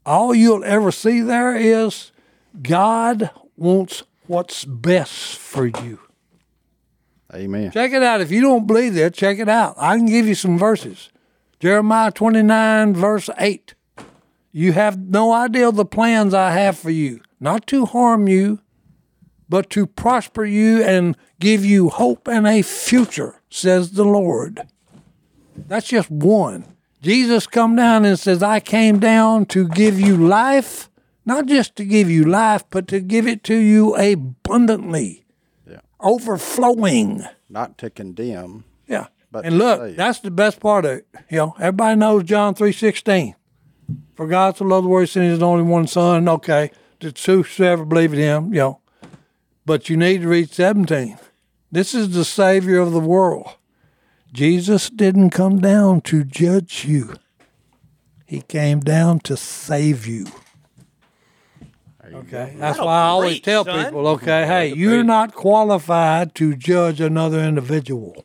[SPEAKER 2] all you'll ever see there is God wants what's best for you.
[SPEAKER 4] Amen.
[SPEAKER 2] Check it out. If you don't believe that, check it out. I can give you some verses. Jeremiah 29, verse 8. You have no idea the plans I have for you, not to harm you, but to prosper you and give you hope and a future, says the Lord. That's just one. Jesus come down and says, I came down to give you life, not just to give you life, but to give it to you abundantly, overflowing.
[SPEAKER 4] Not to condemn.
[SPEAKER 2] Yeah.
[SPEAKER 4] But
[SPEAKER 2] and look,
[SPEAKER 4] to save.
[SPEAKER 2] that's the best part of it. You know, everybody knows John three sixteen. For God so loved the world, he sent his only one son. Okay, to whosoever believe in him. You know, but you need to read seventeen. This is the Savior of the world. Jesus didn't come down to judge you. He came down to save you. Okay, that's why I always
[SPEAKER 3] preach,
[SPEAKER 2] tell
[SPEAKER 3] son.
[SPEAKER 2] people, okay, hey, you're not qualified to judge another individual.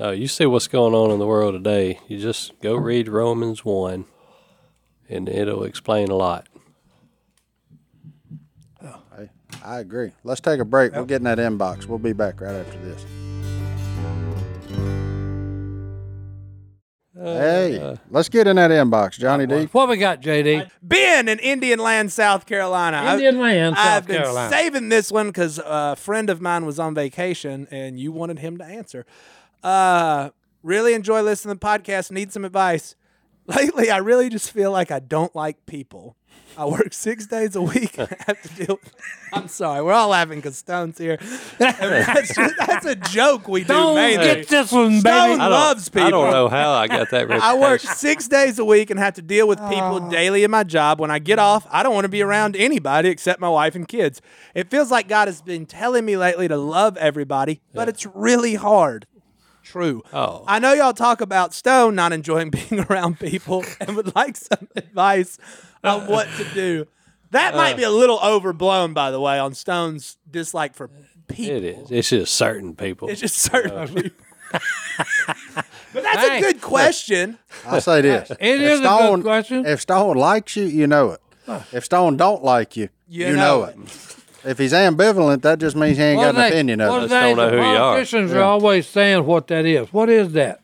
[SPEAKER 1] Oh, you see what's going on in the world today. You just go read Romans 1 and it'll explain a lot.
[SPEAKER 4] I agree. Let's take a break. We'll get in that inbox. We'll be back right after this. hey, let's get in that inbox, Johnny D.
[SPEAKER 2] Uh, What we got, JD?
[SPEAKER 3] Been in Indian Land, South Carolina. I-
[SPEAKER 2] Indian Land, South
[SPEAKER 3] I've been
[SPEAKER 2] Carolina.
[SPEAKER 3] saving this one because a friend of mine was on vacation and you wanted him to answer. Uh, really enjoy listening to the podcast. Need some advice. Lately, I really just feel like I don't like people. I work six days a week. I have to deal. With, I'm sorry. We're all laughing because Stone's here. that's, that's a joke we do.
[SPEAKER 2] Don't
[SPEAKER 3] Mainly.
[SPEAKER 2] get this one,
[SPEAKER 3] Stone
[SPEAKER 2] baby.
[SPEAKER 1] I don't,
[SPEAKER 3] loves people.
[SPEAKER 1] I don't know how I got that reputation.
[SPEAKER 3] I work six days a week and have to deal with people daily in my job. When I get off, I don't want to be around anybody except my wife and kids. It feels like God has been telling me lately to love everybody, but it's really hard. True.
[SPEAKER 1] Oh.
[SPEAKER 3] I know y'all talk about Stone not enjoying being around people and would like some advice on what to do.
[SPEAKER 1] Uh.
[SPEAKER 3] That might be a little overblown, by the way, on Stone's dislike for people.
[SPEAKER 1] It is. Uh. It's just certain people.
[SPEAKER 3] It's just certain people. but that's a good question.
[SPEAKER 4] I say this:
[SPEAKER 2] It
[SPEAKER 4] if
[SPEAKER 2] is a good
[SPEAKER 4] Stone,
[SPEAKER 2] question.
[SPEAKER 4] If Stone likes you, you know it. If Stone don't like you, you, know, it. If he's ambivalent, that just means he ain't got an opinion
[SPEAKER 2] what
[SPEAKER 4] of it.
[SPEAKER 1] they-
[SPEAKER 2] they-
[SPEAKER 1] don't know
[SPEAKER 2] the
[SPEAKER 1] who you are.
[SPEAKER 2] Politicians are always saying what that is. What is that?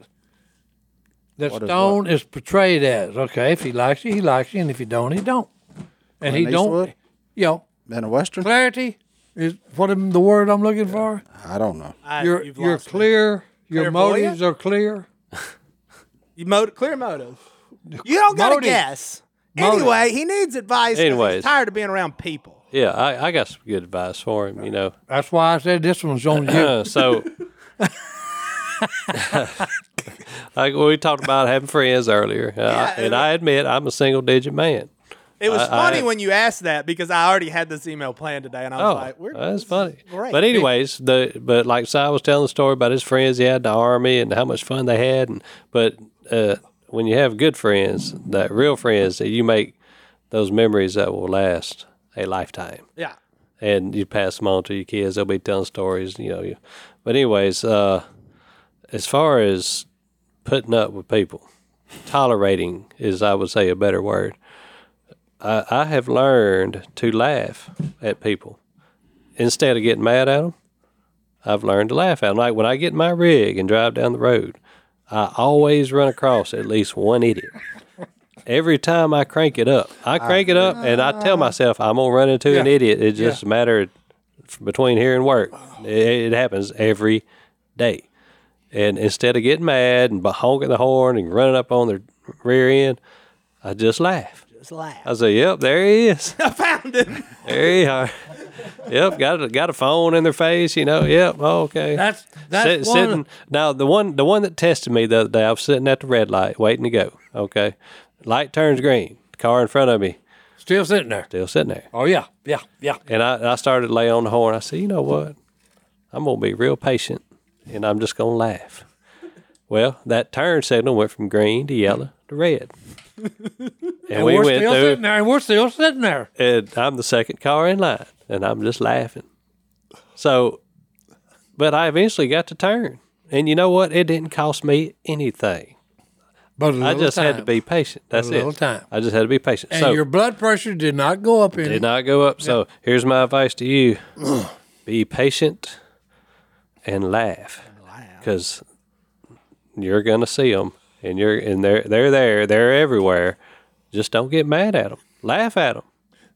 [SPEAKER 2] That
[SPEAKER 4] What is
[SPEAKER 2] Stone is, portrayed as okay. If he likes you, he likes you, and if he don't, he don't. And he
[SPEAKER 4] Clint
[SPEAKER 2] don't.
[SPEAKER 4] Eastwood?
[SPEAKER 2] You know,
[SPEAKER 4] In a western,
[SPEAKER 2] clarity is what am- the word I'm looking for.
[SPEAKER 4] I don't know.
[SPEAKER 3] I-
[SPEAKER 2] You're
[SPEAKER 3] you've
[SPEAKER 2] you're
[SPEAKER 3] lost me.
[SPEAKER 2] clear. Your
[SPEAKER 3] Clairvoyant?
[SPEAKER 2] motives are clear.
[SPEAKER 3] You mot- clear motive. You don't got to
[SPEAKER 2] Motive.
[SPEAKER 3] guess.
[SPEAKER 2] Motive.
[SPEAKER 3] Anyway, he needs advice. 'cause he's
[SPEAKER 1] Anyways.
[SPEAKER 3] tired of being around people.
[SPEAKER 1] yeah, I, I got some good advice for him, you know.
[SPEAKER 2] That's why I said this one's on you.
[SPEAKER 1] Uh, so, like we talked about having friends earlier, uh, and I admit I'm a single digit man.
[SPEAKER 3] It was
[SPEAKER 1] I-
[SPEAKER 3] funny
[SPEAKER 1] I-
[SPEAKER 3] when you asked that because I already had this email planned today, and I was
[SPEAKER 1] Oh,
[SPEAKER 3] like, We're,
[SPEAKER 1] that's funny.
[SPEAKER 3] great.
[SPEAKER 1] But anyways, the but like Si was telling the story about his friends he had in the army and how much fun they had, and but uh, when you have good friends, that real friends, that you make those memories that will last a lifetime.
[SPEAKER 3] yeah."
[SPEAKER 1] and you pass them on to your kids. They'll be telling stories, you know. You, but anyways, uh, as far as putting up with people, tolerating is, I would say, a better word. I, I have learned to laugh at people instead of getting mad at them. I've learned to laugh at them. Like when I get in my rig and drive down the road, I always run across at least one idiot. Every time I crank it up, I crank it up, and I tell myself I'm gonna run into an idiot. It's just a matter of- between here and work. It, it happens every day, and instead of getting mad and honking the horn and running up on their rear end, I just laugh.
[SPEAKER 3] Just laugh.
[SPEAKER 1] I say, "Yep, there he is.
[SPEAKER 3] I found him.
[SPEAKER 1] There he are. yep, got a, got a phone in their face. You know. Yep. oh, okay.
[SPEAKER 2] That's that's
[SPEAKER 1] Sit-
[SPEAKER 2] one.
[SPEAKER 1] sitting now the one the one that tested me the other day. I was sitting at the red light waiting to go. Okay, light turns green. Car in front of me
[SPEAKER 2] still sitting there.
[SPEAKER 1] still sitting there,
[SPEAKER 2] Oh yeah, yeah, yeah.
[SPEAKER 1] and I, and I started to lay on the horn. I said, you know what? I'm gonna be real patient, and I'm just gonna laugh. Well, that turn signal went from green to yellow to red, and, we
[SPEAKER 2] we're
[SPEAKER 1] went
[SPEAKER 2] still
[SPEAKER 1] through
[SPEAKER 2] sitting there, and we're still sitting there.
[SPEAKER 1] and I'm the second car in line, and I'm just laughing. So, but I eventually got to turn, and you know what? It didn't cost me anything.
[SPEAKER 2] But a
[SPEAKER 1] I
[SPEAKER 2] little
[SPEAKER 1] just had to
[SPEAKER 2] time.
[SPEAKER 1] be patient. That's
[SPEAKER 2] little
[SPEAKER 1] it.
[SPEAKER 2] time.
[SPEAKER 1] I just had to be patient.
[SPEAKER 2] And
[SPEAKER 1] so
[SPEAKER 2] your blood pressure did not go up any.
[SPEAKER 1] did not go up. So here's my advice to you: be patient and laugh, because you're gonna see them, and you're and they're they're there, they're everywhere. Just don't get mad at them. Laugh at them.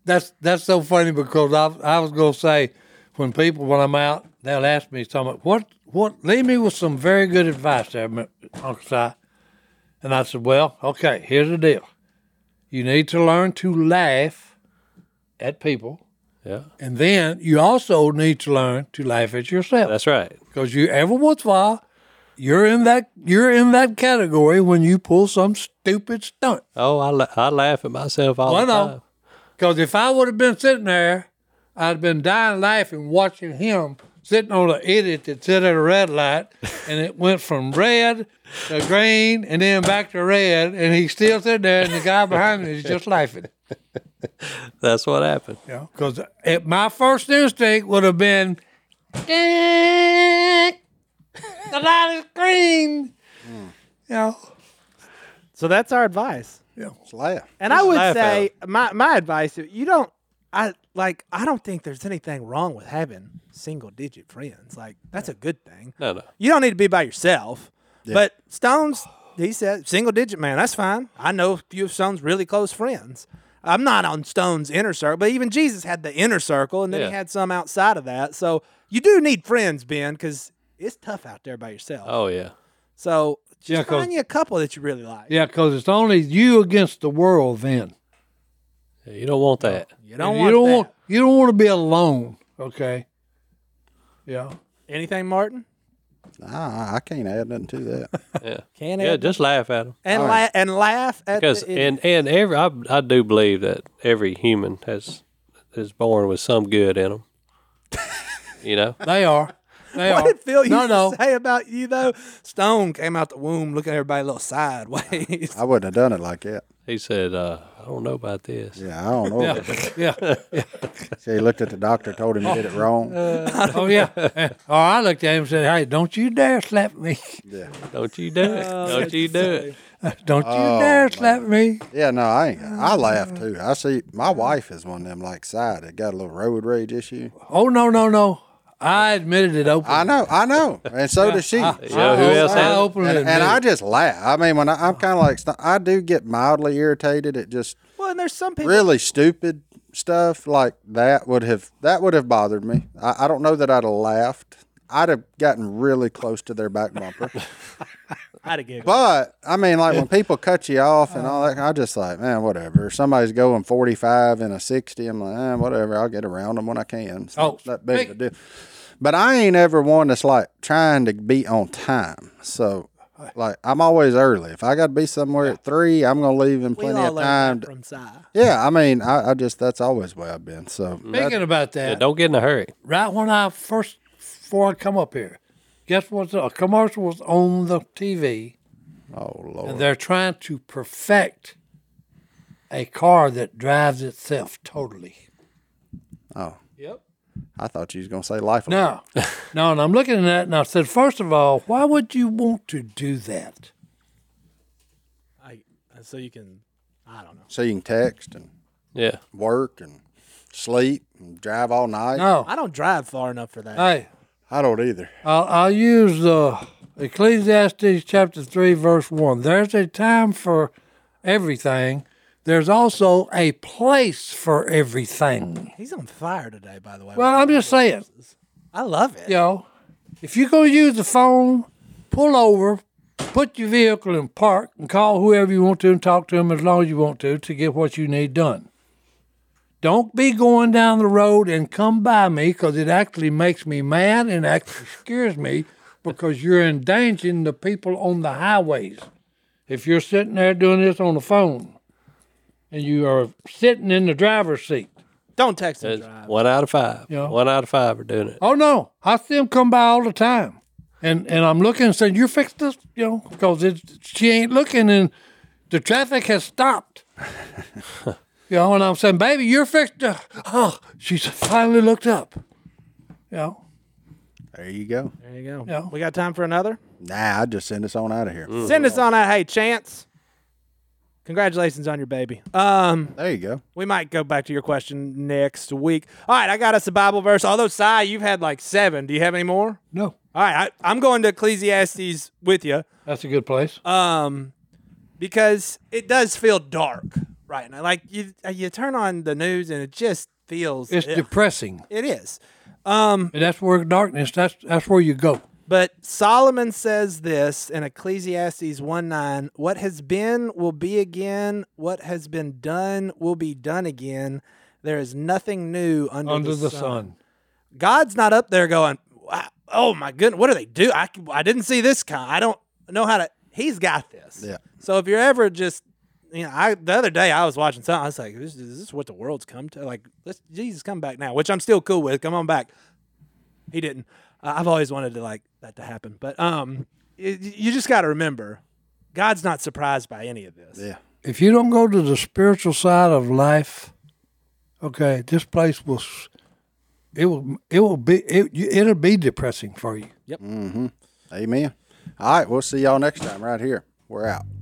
[SPEAKER 2] That's that's so funny because I I was gonna say when people when I'm out they'll ask me something. What what? Leave me with some very good advice there, Mi- Uncle Si. And I said, well, okay, here's the deal. You need to learn to laugh at people,
[SPEAKER 1] Yeah,
[SPEAKER 2] and then you also need to learn to laugh at yourself.
[SPEAKER 1] that's right.
[SPEAKER 2] because you every once in a while you're in that you're in that category when you pull some stupid stunt.
[SPEAKER 1] Oh, I, la- I laugh at myself all
[SPEAKER 2] Well,
[SPEAKER 1] the
[SPEAKER 2] no.
[SPEAKER 1] time.
[SPEAKER 2] Because if I would have been sitting there, I'd have been dying laughing watching him sitting on an idiot that sit at a red light, and it went from red to green and then back to red, and he's still sitting there, and the guy behind him is just laughing.
[SPEAKER 1] That's what happened.
[SPEAKER 2] Because my first instinct would have been, "Ding! the light is green. You know,
[SPEAKER 3] So that's our advice.
[SPEAKER 4] Just laugh.
[SPEAKER 3] And I would
[SPEAKER 1] laugh at
[SPEAKER 3] say my my advice: you don't. I like. I don't think there's anything wrong with having single digit friends. Like that's a good thing.
[SPEAKER 1] No, no.
[SPEAKER 3] You don't need to be by yourself. But Stones, he said, single digit man, that's fine. I know a few of Stone's really close friends. I'm not on Stone's inner circle, but even Jesus had the inner circle, and then
[SPEAKER 1] Yeah.
[SPEAKER 3] he had some outside of that. So you do need friends, Ben, because it's tough out there by yourself.
[SPEAKER 1] Oh, yeah.
[SPEAKER 3] So just
[SPEAKER 2] Yeah, 'cause-
[SPEAKER 3] find you a couple that you really like.
[SPEAKER 2] yeah, because it's only you against the world then.
[SPEAKER 1] You don't
[SPEAKER 3] Oh.
[SPEAKER 1] want that.
[SPEAKER 3] You don't
[SPEAKER 2] And
[SPEAKER 3] want
[SPEAKER 2] you don't
[SPEAKER 3] that.
[SPEAKER 2] want you don't want to be alone. Okay. Yeah.
[SPEAKER 3] anything, Martin.
[SPEAKER 4] Nah, I can't add nothing to that.
[SPEAKER 1] Yeah.
[SPEAKER 3] Can
[SPEAKER 1] Yeah,
[SPEAKER 3] it?
[SPEAKER 1] just laugh at them.
[SPEAKER 3] and
[SPEAKER 4] All
[SPEAKER 3] la-
[SPEAKER 4] right.
[SPEAKER 3] and laugh at
[SPEAKER 1] Because
[SPEAKER 3] the, it-
[SPEAKER 1] and and every I, I do believe that every human has is born with some good in them. you know,
[SPEAKER 2] They are. They
[SPEAKER 3] what
[SPEAKER 2] are.
[SPEAKER 3] did Phil used
[SPEAKER 2] no, no.
[SPEAKER 3] to say about you though? Stone came out the womb looking at everybody a little sideways.
[SPEAKER 4] I wouldn't have done it like that.
[SPEAKER 1] he said, uh, "I don't know about this."
[SPEAKER 4] Yeah, I don't know.
[SPEAKER 2] yeah. Yeah.
[SPEAKER 4] So he looked at the doctor, told him he did it wrong.
[SPEAKER 2] Oh yeah. Or I looked at him and said, Hey, don't you dare slap me.
[SPEAKER 1] Don't you do it?
[SPEAKER 3] Oh,
[SPEAKER 1] Don't you do it?
[SPEAKER 2] Don't you
[SPEAKER 4] Oh,
[SPEAKER 2] dare slap me.
[SPEAKER 4] Yeah, no, I ain't. I laugh too. I see my wife is one of them like side that got a little road rage issue.
[SPEAKER 2] Oh no, no, no. I admitted it openly.
[SPEAKER 4] I know, I know, and so does she.
[SPEAKER 1] Yeah, who else
[SPEAKER 2] I
[SPEAKER 1] has?
[SPEAKER 2] openly
[SPEAKER 4] And,
[SPEAKER 2] admitted
[SPEAKER 4] and I
[SPEAKER 2] it.
[SPEAKER 4] just laugh. I mean, when I, I'm kind of like, st- I do get mildly irritated at just
[SPEAKER 3] well, and there's some people.
[SPEAKER 4] really stupid stuff like that would have that would have bothered me. I, I don't know that I'd have laughed. I'd have gotten really close to their back bumper.
[SPEAKER 3] I'd have giggled. Uh.
[SPEAKER 4] But I mean, like when people cut you off and all that, I just like, man, whatever. Somebody's going 45 and a 60. I'm like, eh, whatever. I'll get around them when I can. It's
[SPEAKER 2] Oh,
[SPEAKER 4] not that big to do. But I ain't ever one that's like trying to be on time. So, like, I'm always early. If I got to be somewhere at three, I'm going to leave in
[SPEAKER 3] We
[SPEAKER 4] plenty
[SPEAKER 3] all
[SPEAKER 4] of
[SPEAKER 3] learned
[SPEAKER 4] time.
[SPEAKER 3] that
[SPEAKER 4] to-
[SPEAKER 3] from Si.
[SPEAKER 4] yeah. I mean, I, I just, that's always where I've been. So, that-
[SPEAKER 2] Thinking about
[SPEAKER 1] Yeah,
[SPEAKER 2] that,
[SPEAKER 1] don't get in a hurry.
[SPEAKER 2] right when I first before I come up here, guess what? A commercial was on the TV,
[SPEAKER 4] oh,
[SPEAKER 2] and
[SPEAKER 4] Lord.
[SPEAKER 2] they're trying to perfect a car that drives itself totally.
[SPEAKER 4] Oh,
[SPEAKER 2] Yep.
[SPEAKER 4] I thought you was going to say life.
[SPEAKER 2] No, no, and I'm looking at that, and I said, first of all, why would you want to do that?
[SPEAKER 9] I, uh, so you can. I don't know.
[SPEAKER 4] So you can text and
[SPEAKER 1] Yeah,
[SPEAKER 4] work and sleep and drive all night.
[SPEAKER 2] No,
[SPEAKER 9] I don't drive far enough for
[SPEAKER 3] Uh,
[SPEAKER 9] that.
[SPEAKER 2] hey,
[SPEAKER 4] I don't either.
[SPEAKER 2] I'll, I'll use the Ecclesiastes chapter 3, verse 1. There's a time for everything, there's also a place for everything.
[SPEAKER 9] He's on fire today, by the way.
[SPEAKER 2] Well, I'm just saying,
[SPEAKER 9] I love it.
[SPEAKER 2] you know, if you're going to use the phone, pull over, put your vehicle in park, and call whoever you want to and talk to them as long as you want to to get what you need done. Don't be going down the road and come by me because it actually makes me mad and actually scares me because you're endangering the people on the highways. If you're sitting there doing this on the phone and you are sitting in the driver's seat,
[SPEAKER 9] Don't text him.
[SPEAKER 1] That's
[SPEAKER 9] Drive.
[SPEAKER 1] one out of five.
[SPEAKER 2] Yeah.
[SPEAKER 1] One out of five are doing it.
[SPEAKER 2] Oh no, I see them come by all the time, and and I'm looking and saying, "You fixed this," you know, because she ain't looking and the traffic has stopped. you know, and I'm saying, "Baby, you're fixed." to-" Oh, she's finally looked up. You know,
[SPEAKER 4] There you go.
[SPEAKER 9] There you go.
[SPEAKER 2] Yeah.
[SPEAKER 9] We got time for another.
[SPEAKER 4] Nah, I just send us on out of here.
[SPEAKER 2] Mm.
[SPEAKER 9] Send us on out. Hey, Chance. Congratulations on your baby. Um,
[SPEAKER 4] There you go.
[SPEAKER 9] We might go back to your question next week. All right, I got us a Bible verse. Although, Si, you've had like seven. Do you have any more?
[SPEAKER 2] no,
[SPEAKER 9] All right, I, I'm going to Ecclesiastes with you
[SPEAKER 2] that's a good place.
[SPEAKER 9] um, because it does feel dark right now. Like you, you turn on the news and it just feels
[SPEAKER 2] it's
[SPEAKER 9] ugh,
[SPEAKER 2] depressing,
[SPEAKER 9] it is.
[SPEAKER 2] and that's where darkness. That's that's where you go.
[SPEAKER 9] But Solomon says this in Ecclesiastes 1 9 What has been will be again, what has been done will be done again. There is nothing new under,
[SPEAKER 2] Under
[SPEAKER 9] the,
[SPEAKER 2] the
[SPEAKER 9] sun.
[SPEAKER 2] sun.
[SPEAKER 9] God's not up there going, "Wow, oh my goodness, what do they do? I, I didn't see this kind. I don't know how to. He's got this.
[SPEAKER 4] Yeah.
[SPEAKER 9] So if you're ever just, you know, I the other day I was watching something, I was like, this, is this what the world's come to? Like, let's Jesus come back now, which I'm still cool with. Come on back. He didn't. Uh, I've always wanted to like that to happen, but um, y- y- you just got to remember, God's not surprised by any of this.
[SPEAKER 4] Yeah.
[SPEAKER 2] If you don't go to the spiritual side of life, okay, this place will. s- It will. It will be. It. It'll be depressing for you.
[SPEAKER 4] Amen. All right. We'll see y'all next time right here. We're out.